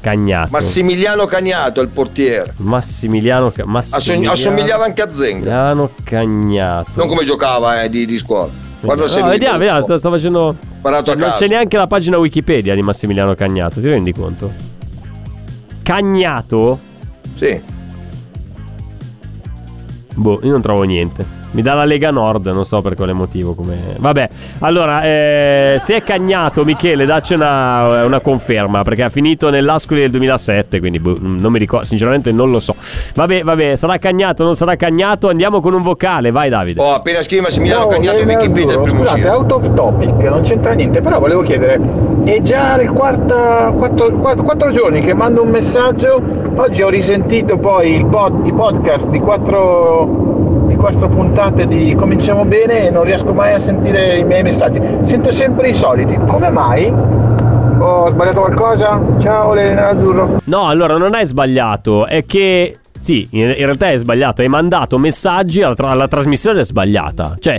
Speaker 3: Cagnato.
Speaker 4: Massimiliano Cagnato è il portiere.
Speaker 3: Massimiliano, Ca-
Speaker 4: Assom-
Speaker 3: Massimiliano
Speaker 4: assomigliava anche a Zenga.
Speaker 3: Massimiliano Cagnato.
Speaker 4: Non come giocava eh, di, di scuola. Guarda se
Speaker 3: No,
Speaker 4: lui
Speaker 3: vediamo,
Speaker 4: lo
Speaker 3: vediamo,
Speaker 4: so.
Speaker 3: sto, sto facendo...
Speaker 4: Sparato a
Speaker 3: Non
Speaker 4: caso.
Speaker 3: c'è neanche la pagina Wikipedia di Massimiliano Cagnato, ti rendi conto? Cagnato?
Speaker 4: Sì.
Speaker 3: Boh, io non trovo niente. Mi dà la Lega Nord, non so per quale motivo. Come... Vabbè, allora, eh, se è cagnato, Michele, dacci una, una conferma, perché ha finito nell'Ascoli del 2007, quindi boh, non mi ricordo, sinceramente non lo so. Vabbè, vabbè, sarà cagnato, non sarà cagnato, andiamo con un vocale, vai Davide.
Speaker 4: Oh, appena scrivi Massimiliano Cagnato in Wikipedia è il primo
Speaker 11: Scusate,
Speaker 4: giro.
Speaker 11: out of topic, non c'entra niente, però volevo chiedere, è già il quarta, quattro, quattro- quattro giorni che mando un messaggio, oggi ho risentito poi il pod- i podcast di quattro, di quattro puntate di Cominciamo Bene e non riesco mai a sentire i miei messaggi, sento sempre i soliti, come mai? Oh, Ho sbagliato qualcosa? Ciao Elena Azzurro.
Speaker 3: No, allora, non hai sbagliato, è che... Sì, in in realtà è sbagliato, hai mandato messaggi alla, tra- alla trasmissione sbagliata. Cioè,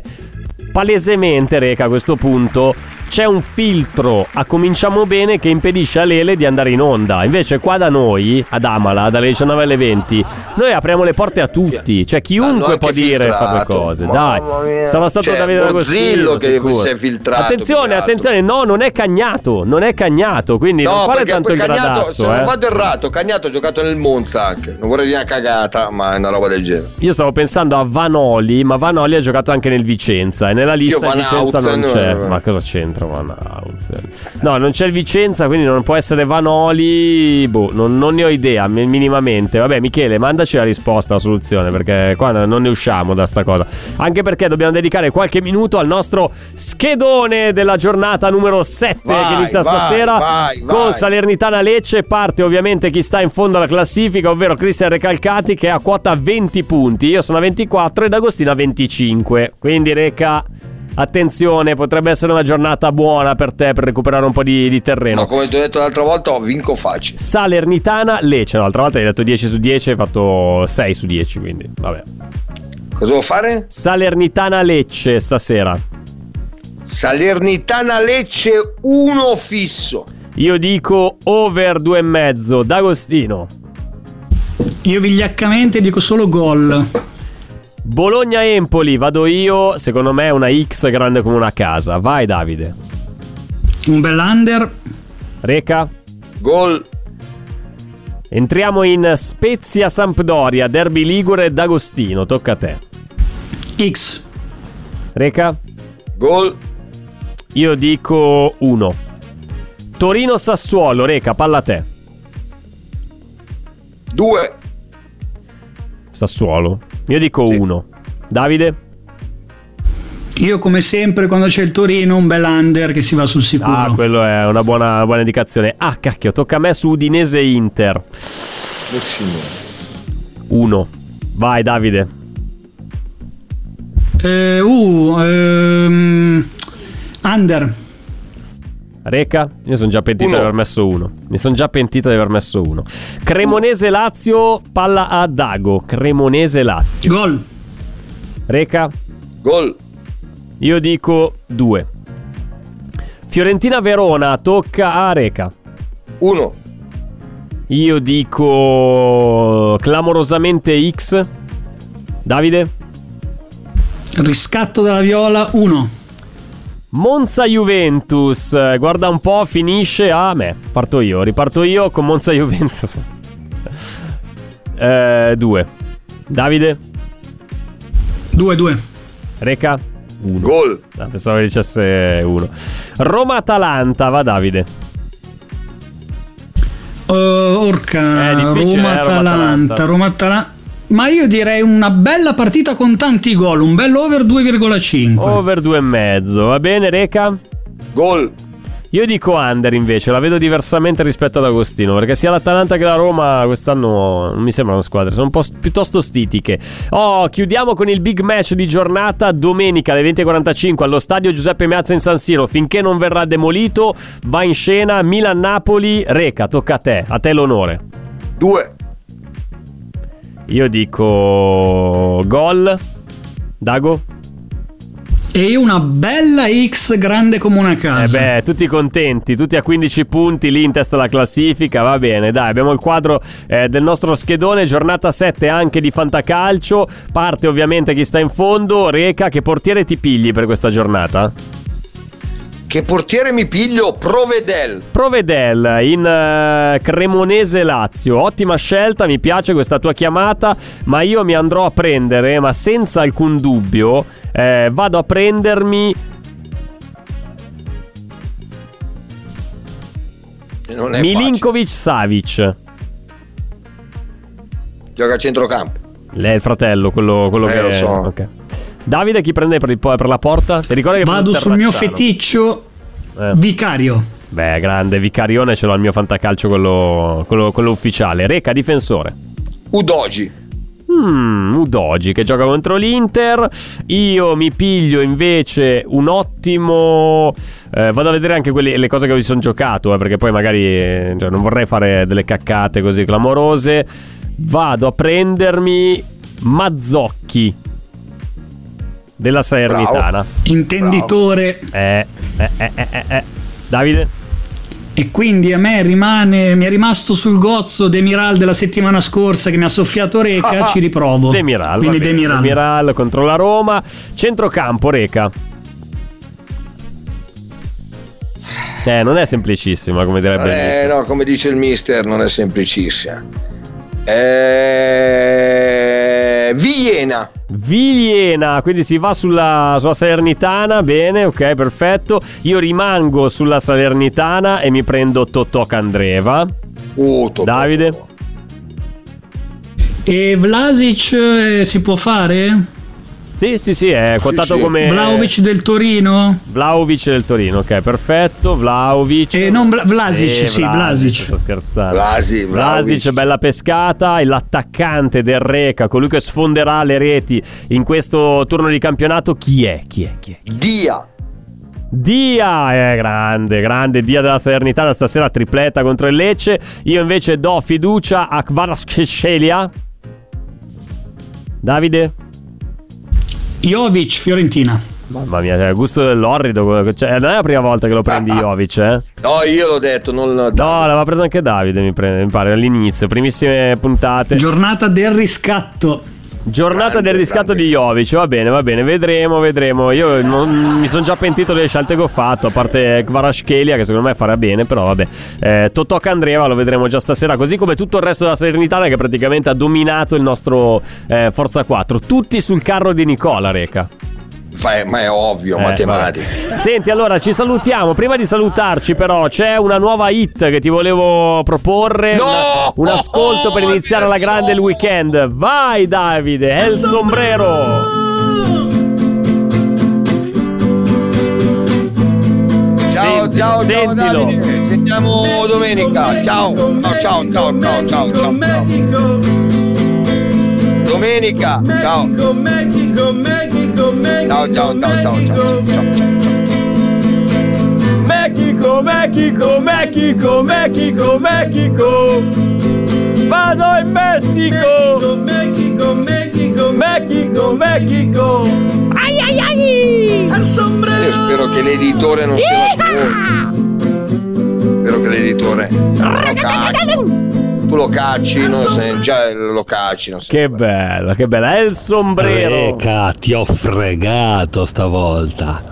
Speaker 3: palesemente, Reca, a questo punto c'è un filtro a Cominciamo Bene che impedisce a Lele di andare in onda. Invece qua da noi, ad Amala, dalle 19 alle 20, noi apriamo le porte a tutti. Cioè,
Speaker 4: L'hanno
Speaker 3: chiunque
Speaker 4: anche
Speaker 3: può dire e fare le
Speaker 4: filtrato.
Speaker 3: cose.
Speaker 4: Mamma
Speaker 3: Dai,
Speaker 4: mia.
Speaker 3: sarà stato
Speaker 4: Cioè,
Speaker 3: Davide D'Agostino
Speaker 4: Borzillo che
Speaker 3: sicuro.
Speaker 4: si è filtrato, più che
Speaker 3: Attenzione,
Speaker 4: altro.
Speaker 3: attenzione, no, non è cagnato, non è cagnato, quindi non fare
Speaker 4: perché
Speaker 3: tanto
Speaker 4: poi
Speaker 3: il
Speaker 4: Cagnato, se
Speaker 3: gradasso,
Speaker 4: non
Speaker 3: eh.
Speaker 4: vado errato, Cagnato ha giocato nel Monza anche. Non vorrei dire una cagata, ma è una roba del genere.
Speaker 3: Io stavo pensando a Vanoli, ma Vanoli ha giocato anche nel Vicenza e nella lista
Speaker 4: Io
Speaker 3: il Vicenza
Speaker 4: Van
Speaker 3: non
Speaker 4: Housen,
Speaker 3: c'è.
Speaker 4: eh.
Speaker 3: Ma cosa c'entra Van Housen? No, non c'è il Vicenza, quindi non può essere Vanoli. Boh, non, non ne ho idea mi- minimamente. Vabbè, Michele, mandaci la risposta, la soluzione, perché qua no- non ne usciamo da sta cosa. Anche perché dobbiamo dedicare qualche minuto al nostro schedone della giornata numero 7 che
Speaker 4: Vai,
Speaker 3: inizia
Speaker 4: vai,
Speaker 3: stasera
Speaker 4: vai,
Speaker 3: con
Speaker 4: vai.
Speaker 3: Salernitana Lecce parte ovviamente chi sta in fondo alla classifica, ovvero Cristian Recalcati che ha quota 20 punti, io sono a 24 e D'Agostino a 25. Quindi Reca, attenzione, potrebbe essere una giornata buona per te per recuperare un po' di, di terreno.
Speaker 4: Ma come ti ho detto l'altra volta, oh, vinco facile.
Speaker 3: Salernitana Lecce, no, l'altra volta hai detto 10 su 10, hai fatto 6 su 10, quindi vabbè.
Speaker 4: Cosa devo fare?
Speaker 3: Salernitana Lecce stasera.
Speaker 4: Salernitana Lecce 1 fisso.
Speaker 3: Io dico over 2,5, D'Agostino.
Speaker 5: Io vigliaccamente dico solo gol.
Speaker 3: Bologna-Empoli, vado io, secondo me è una X grande come una casa. Vai Davide.
Speaker 5: Un bel under.
Speaker 3: Reca,
Speaker 4: Gol.
Speaker 3: entriamo in Spezia Sampdoria, Derby Ligure D'Agostino, tocca a te.
Speaker 5: X.
Speaker 3: Reca,
Speaker 4: Gol.
Speaker 3: io dico 1. Torino Sassuolo, Reca, palla a te.
Speaker 4: 2.
Speaker 3: Sassuolo. Io dico 1. Davide,
Speaker 5: Io come sempre quando c'è il Torino un bel under che si va sul sicuro.
Speaker 3: Ah, quello è una buona, una buona indicazione. Ah, cacchio, tocca a me su Udinese e Inter. 1. Vai, Davide.
Speaker 5: Eh, uh, ehm, under.
Speaker 3: Reca, io sono già pentito di aver messo uno. Mi sono già pentito di aver messo uno. Cremonese Lazio, palla a Dago. Cremonese Lazio.
Speaker 5: Gol.
Speaker 3: Reca.
Speaker 4: Gol.
Speaker 3: Io dico 2. Fiorentina Verona, tocca a Reca.
Speaker 4: 1.
Speaker 3: Io dico clamorosamente X. Davide.
Speaker 5: Riscatto dalla viola 1.
Speaker 3: Monza Juventus, guarda un po', finisce a me. Parto io, riparto io con Monza Juventus. 2. Eh, Davide.
Speaker 5: 2 2.
Speaker 3: Reca. 1.
Speaker 4: Gol.
Speaker 3: Ah, pensavo che dicesse 1. Roma-Atalanta, va Davide.
Speaker 5: Eh, orca
Speaker 3: Eh, difficile, eh, Roma-Atalanta.
Speaker 5: Roma-Atalanta, Roma-Atalanta. Ma io direi una bella partita con tanti gol, un bel over 2,5.
Speaker 3: Over 2,5, va bene Reca?
Speaker 4: Gol.
Speaker 3: Io dico under invece, la vedo diversamente rispetto ad Agostino, perché sia l'Atalanta che la Roma quest'anno non mi sembrano squadre, sono un po' s- piuttosto stitiche. Oh, chiudiamo con il big match di giornata domenica alle 20.45 allo stadio Giuseppe Meazza in San Siro, finché non verrà demolito, va in scena Milan-Napoli, Reca, tocca a te, a te l'onore.
Speaker 4: 2.
Speaker 3: Io dico gol, Dago?
Speaker 5: E io una bella X grande come una
Speaker 3: Eh
Speaker 5: casa.
Speaker 3: beh, tutti contenti, tutti a 15 punti, lì in testa alla classifica, va bene, dai, abbiamo il quadro eh, del nostro schedone, giornata 7 anche di Fantacalcio, parte ovviamente chi sta in fondo, Reca, che portiere ti pigli per questa giornata?
Speaker 4: Che portiere mi piglio? Provedel.
Speaker 3: Provedel in eh, Cremonese Lazio, ottima scelta, mi piace questa tua chiamata, ma io mi andrò a prendere, ma senza alcun dubbio, eh, vado a prendermi
Speaker 4: Non è
Speaker 3: Milinkovic Savic.
Speaker 4: facile. Gioca a centrocampo.
Speaker 3: Lei è il fratello, quello, quello
Speaker 4: Eh,
Speaker 3: che
Speaker 4: lo so.
Speaker 3: ok. Davide chi prende per, il- per la porta? Ti ricordi che
Speaker 5: Vado
Speaker 3: prende
Speaker 5: sul mio
Speaker 3: Terracciano?
Speaker 5: feticcio
Speaker 3: Eh.
Speaker 5: vicario.
Speaker 3: Beh, grande, Vicarione ce l'ho al mio fantacalcio quello, quello- quello ufficiale. Reca, difensore.
Speaker 4: Udogi.
Speaker 3: Mm, Udogi che gioca contro l'Inter. Io mi piglio invece un ottimo. eh, vado a vedere anche quelli- le cose che mi sono giocato, eh, perché poi magari eh, cioè, non vorrei fare delle caccate così clamorose. Vado a prendermi Mazzocchi della Salernitana.
Speaker 5: Intenditore.
Speaker 3: Eh, eh, eh, eh, eh, eh. Davide?
Speaker 5: E quindi a me rimane, mi è rimasto sul gozzo Demiral della settimana scorsa che mi ha soffiato
Speaker 3: Ah,
Speaker 5: Reca, ci riprovo.
Speaker 3: Demiral, va
Speaker 5: Quindi
Speaker 3: bene.
Speaker 5: Demiral.
Speaker 3: Demiral contro la Roma. Centrocampo, Reca. Eh, non è semplicissima come direbbe il
Speaker 4: Eh,
Speaker 3: mister.
Speaker 4: no, come dice il mister, non è semplicissima. Eh, Vienna.
Speaker 3: Vigliena, quindi si va sulla, sulla Salernitana, bene, ok, perfetto. Io rimango sulla Salernitana e mi prendo Totò Candreva.
Speaker 4: Oh, Totò.
Speaker 3: Davide?
Speaker 5: E Vlasic eh, si può fare?
Speaker 3: Sì, sì, sì, è quotato
Speaker 4: sì.
Speaker 3: come
Speaker 5: Vlaovic del Torino?
Speaker 3: Vlaovic del Torino, ok, perfetto. Vlaovic.
Speaker 5: Eh, non Vla- Vlasic,
Speaker 3: Eh,
Speaker 5: sì, Vlasic.
Speaker 3: Sto scherzando.
Speaker 4: Vlasi, Vlaovic.
Speaker 3: Vlasic, bella pescata. E l'attaccante del Reca, colui che sfonderà le reti in questo turno di campionato, chi è? Chi è? Chi è?
Speaker 4: Dia.
Speaker 3: Dia, eh, grande, grande Dia della Salernitana stasera tripletta contro il Lecce. Io invece do fiducia a Kvaratskhelia. Davide?
Speaker 5: Jovic, Fiorentina.
Speaker 3: Mamma mia, cioè, il gusto dell'orrido. Cioè, non è la prima volta che lo
Speaker 4: Ah,
Speaker 3: prendi Jovic, eh?
Speaker 4: No, io l'ho detto, non
Speaker 3: No, l'aveva preso anche Davide, mi, pre- mi pare, all'inizio, primissime puntate.
Speaker 5: Giornata del riscatto.
Speaker 3: Giornata
Speaker 4: Grande,
Speaker 3: del riscatto
Speaker 4: grande.
Speaker 3: di Jovic, va bene, va bene, vedremo, vedremo. Io non- mi sono già pentito delle scelte che ho fatto, a parte Kvarashkelia che secondo me farà bene, però vabbè. Eh, Totò Candreva lo vedremo già stasera, così come tutto il resto della Serenitana che praticamente ha dominato il nostro eh, Forza 4. Tutti sul carro di Nicola, Reca.
Speaker 4: Fa- ma è ovvio,
Speaker 3: Eh,
Speaker 4: matematica.
Speaker 3: vabbè. Senti, allora ci salutiamo. Prima di salutarci, però, c'è una nuova hit che ti volevo proporre.
Speaker 4: No!
Speaker 3: Una- un ascolto per
Speaker 4: Oh,
Speaker 3: iniziare
Speaker 4: mio
Speaker 3: la grande il
Speaker 4: Dio!
Speaker 3: weekend. Vai, Davide, è il sombrero.
Speaker 4: Ciao, ciao
Speaker 3: Sentilo.
Speaker 4: Davide. Ci sentiamo domenica. Ciao. Ciao, ciao, ciao, ciao, ciao, ciao. Domenica. Ciao. Ciao, ciao, ciao, ciao, ciao.
Speaker 12: Mexico, Mexico, Mexico, Mexico, Mexico. Vado in Messico. Mexico, Mexico, Mexico, Mexico. Ai ai ai! Al
Speaker 4: Io
Speaker 12: sombrero.
Speaker 4: spero che l'editore non se la Spero che l'editore lo cacci. Tu lo cacci, non se- già lo cacci, non
Speaker 3: Che bello, che bello. È il sombrero.
Speaker 13: Reca, ti ho fregato stavolta.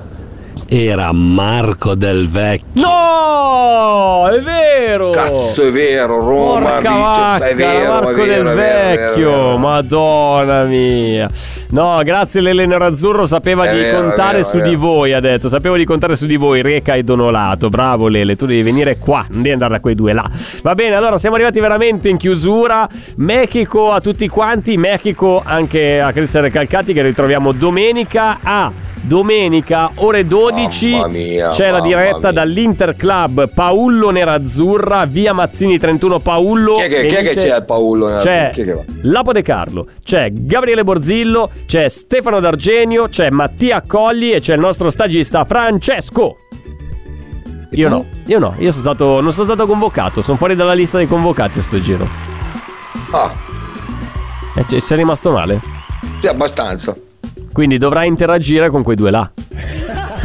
Speaker 13: Era Marco del Vecchio.
Speaker 3: No, è vero.
Speaker 4: Cazzo, è vero, Roma,
Speaker 3: Porca
Speaker 4: ha vinto,
Speaker 3: vacca,
Speaker 4: è vero,
Speaker 3: Marco
Speaker 4: è vero,
Speaker 3: del
Speaker 4: è vero, è vero, è
Speaker 3: Vecchio,
Speaker 4: vero.
Speaker 3: madonna mia. No, grazie l'Elena Razzurro, sapeva
Speaker 4: È
Speaker 3: di
Speaker 4: vero, è
Speaker 3: contare
Speaker 4: vero, è
Speaker 3: su
Speaker 4: vero.
Speaker 3: di voi, ha detto, sapevo di contare su di voi, Reca e Donolato. Bravo Lele, tu devi venire qua, non devi andare da quei due là. Va bene, allora siamo arrivati veramente in chiusura. Mexico a tutti quanti, Mexico anche a Cristian Recalcati che ritroviamo domenica a domenica ore 12 c'è la
Speaker 4: mamma
Speaker 3: diretta dall'Interclub Paullo Nerazzurra, via Mazzini 31 Paullo.
Speaker 4: Chi è che, chi è che
Speaker 3: Venite-
Speaker 4: c'è il Paolo?
Speaker 3: C'è
Speaker 4: Chi è che va?
Speaker 3: Lapo De Carlo, c'è Gabriele Borzillo, c'è Stefano D'Argenio, c'è Mattia Colli e c'è il nostro stagista Francesco. Io no, io no, io sono stato, non sono stato convocato, sono fuori dalla lista dei convocati a sto giro.
Speaker 4: Ah,
Speaker 3: E ci sei rimasto male?
Speaker 4: sì, abbastanza.
Speaker 3: Quindi dovrai interagire con quei due là.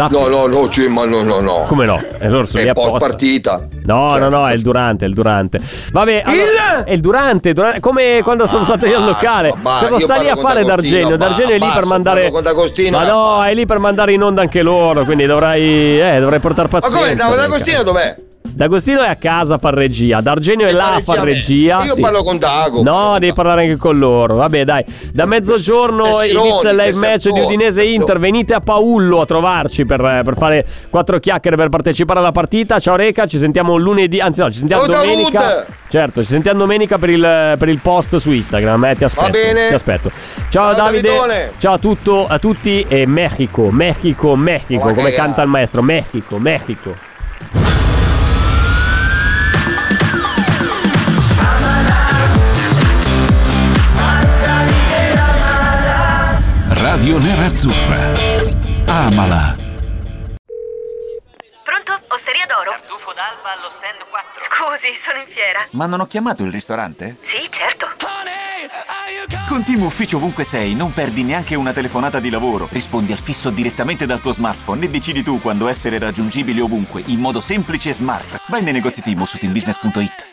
Speaker 4: No, no, no, cioè, ma no, no, no.
Speaker 3: Come no? E loro sono lì
Speaker 4: È post
Speaker 3: apposta.
Speaker 4: partita. Cioè,
Speaker 3: No, no, no, è il durante, è il durante. Vabbè, allora, è il durante, durante- come quando sono stato io al locale.
Speaker 4: Ah, basta,
Speaker 3: Cosa
Speaker 4: io
Speaker 3: sta lì
Speaker 4: parlo
Speaker 3: a
Speaker 4: con
Speaker 3: fare
Speaker 4: D'Agostino,
Speaker 3: D'Argenio?
Speaker 4: ba-
Speaker 3: D'Argenio è lì
Speaker 4: basta,
Speaker 3: per mandare
Speaker 4: parlo con D'Agostino,
Speaker 3: Ma
Speaker 4: eh,
Speaker 3: no, è lì per mandare in onda anche loro, quindi dovrai eh, dovrai portare
Speaker 4: Ma
Speaker 3: pazienza.
Speaker 4: come?
Speaker 3: nel
Speaker 4: D'Agostino
Speaker 3: caso.
Speaker 4: dov'è?
Speaker 3: D'Agostino è a casa a far regia, D'Argenio è là a far regia.
Speaker 4: Io
Speaker 3: sì.
Speaker 4: parlo con Dago.
Speaker 3: No, devi parlare anche con loro. Vabbè, dai. Da mezzogiorno
Speaker 4: C'è Sironi,
Speaker 3: inizia il
Speaker 4: c'è
Speaker 3: live match di
Speaker 4: Sartori,
Speaker 3: Udinese e
Speaker 4: cazzo.
Speaker 3: Inter. Venite a Paullo a trovarci per, eh, per fare quattro chiacchiere per partecipare alla partita. Ciao Reca, ci sentiamo lunedì. Anzi, no, ci sentiamo
Speaker 4: Saluta
Speaker 3: domenica.
Speaker 4: Ruth!
Speaker 3: Certo, ci sentiamo domenica per il, per il post su Instagram. Eh, ti aspetto.
Speaker 4: bene.
Speaker 3: Ti aspetto. Ciao,
Speaker 4: Ciao,
Speaker 3: Davide.
Speaker 4: Davidone.
Speaker 3: Ciao a, tutto- a tutti e Mexico, Mexico, Mexico.
Speaker 4: Ma
Speaker 3: Come
Speaker 4: che-
Speaker 3: canta il maestro? Mexico, Mexico.
Speaker 2: Radio Nerazzurra. Amala.
Speaker 1: Pronto? Osteria d'oro? Scusi, sono in fiera.
Speaker 10: Ma non ho chiamato il ristorante?
Speaker 1: Sì, certo.
Speaker 10: Con Team Ufficio ovunque sei, non perdi neanche una telefonata di lavoro. Rispondi al fisso direttamente dal tuo smartphone e decidi tu quando essere raggiungibile ovunque, in modo semplice e smart. Vai nei negozi Team o su teambusiness.it.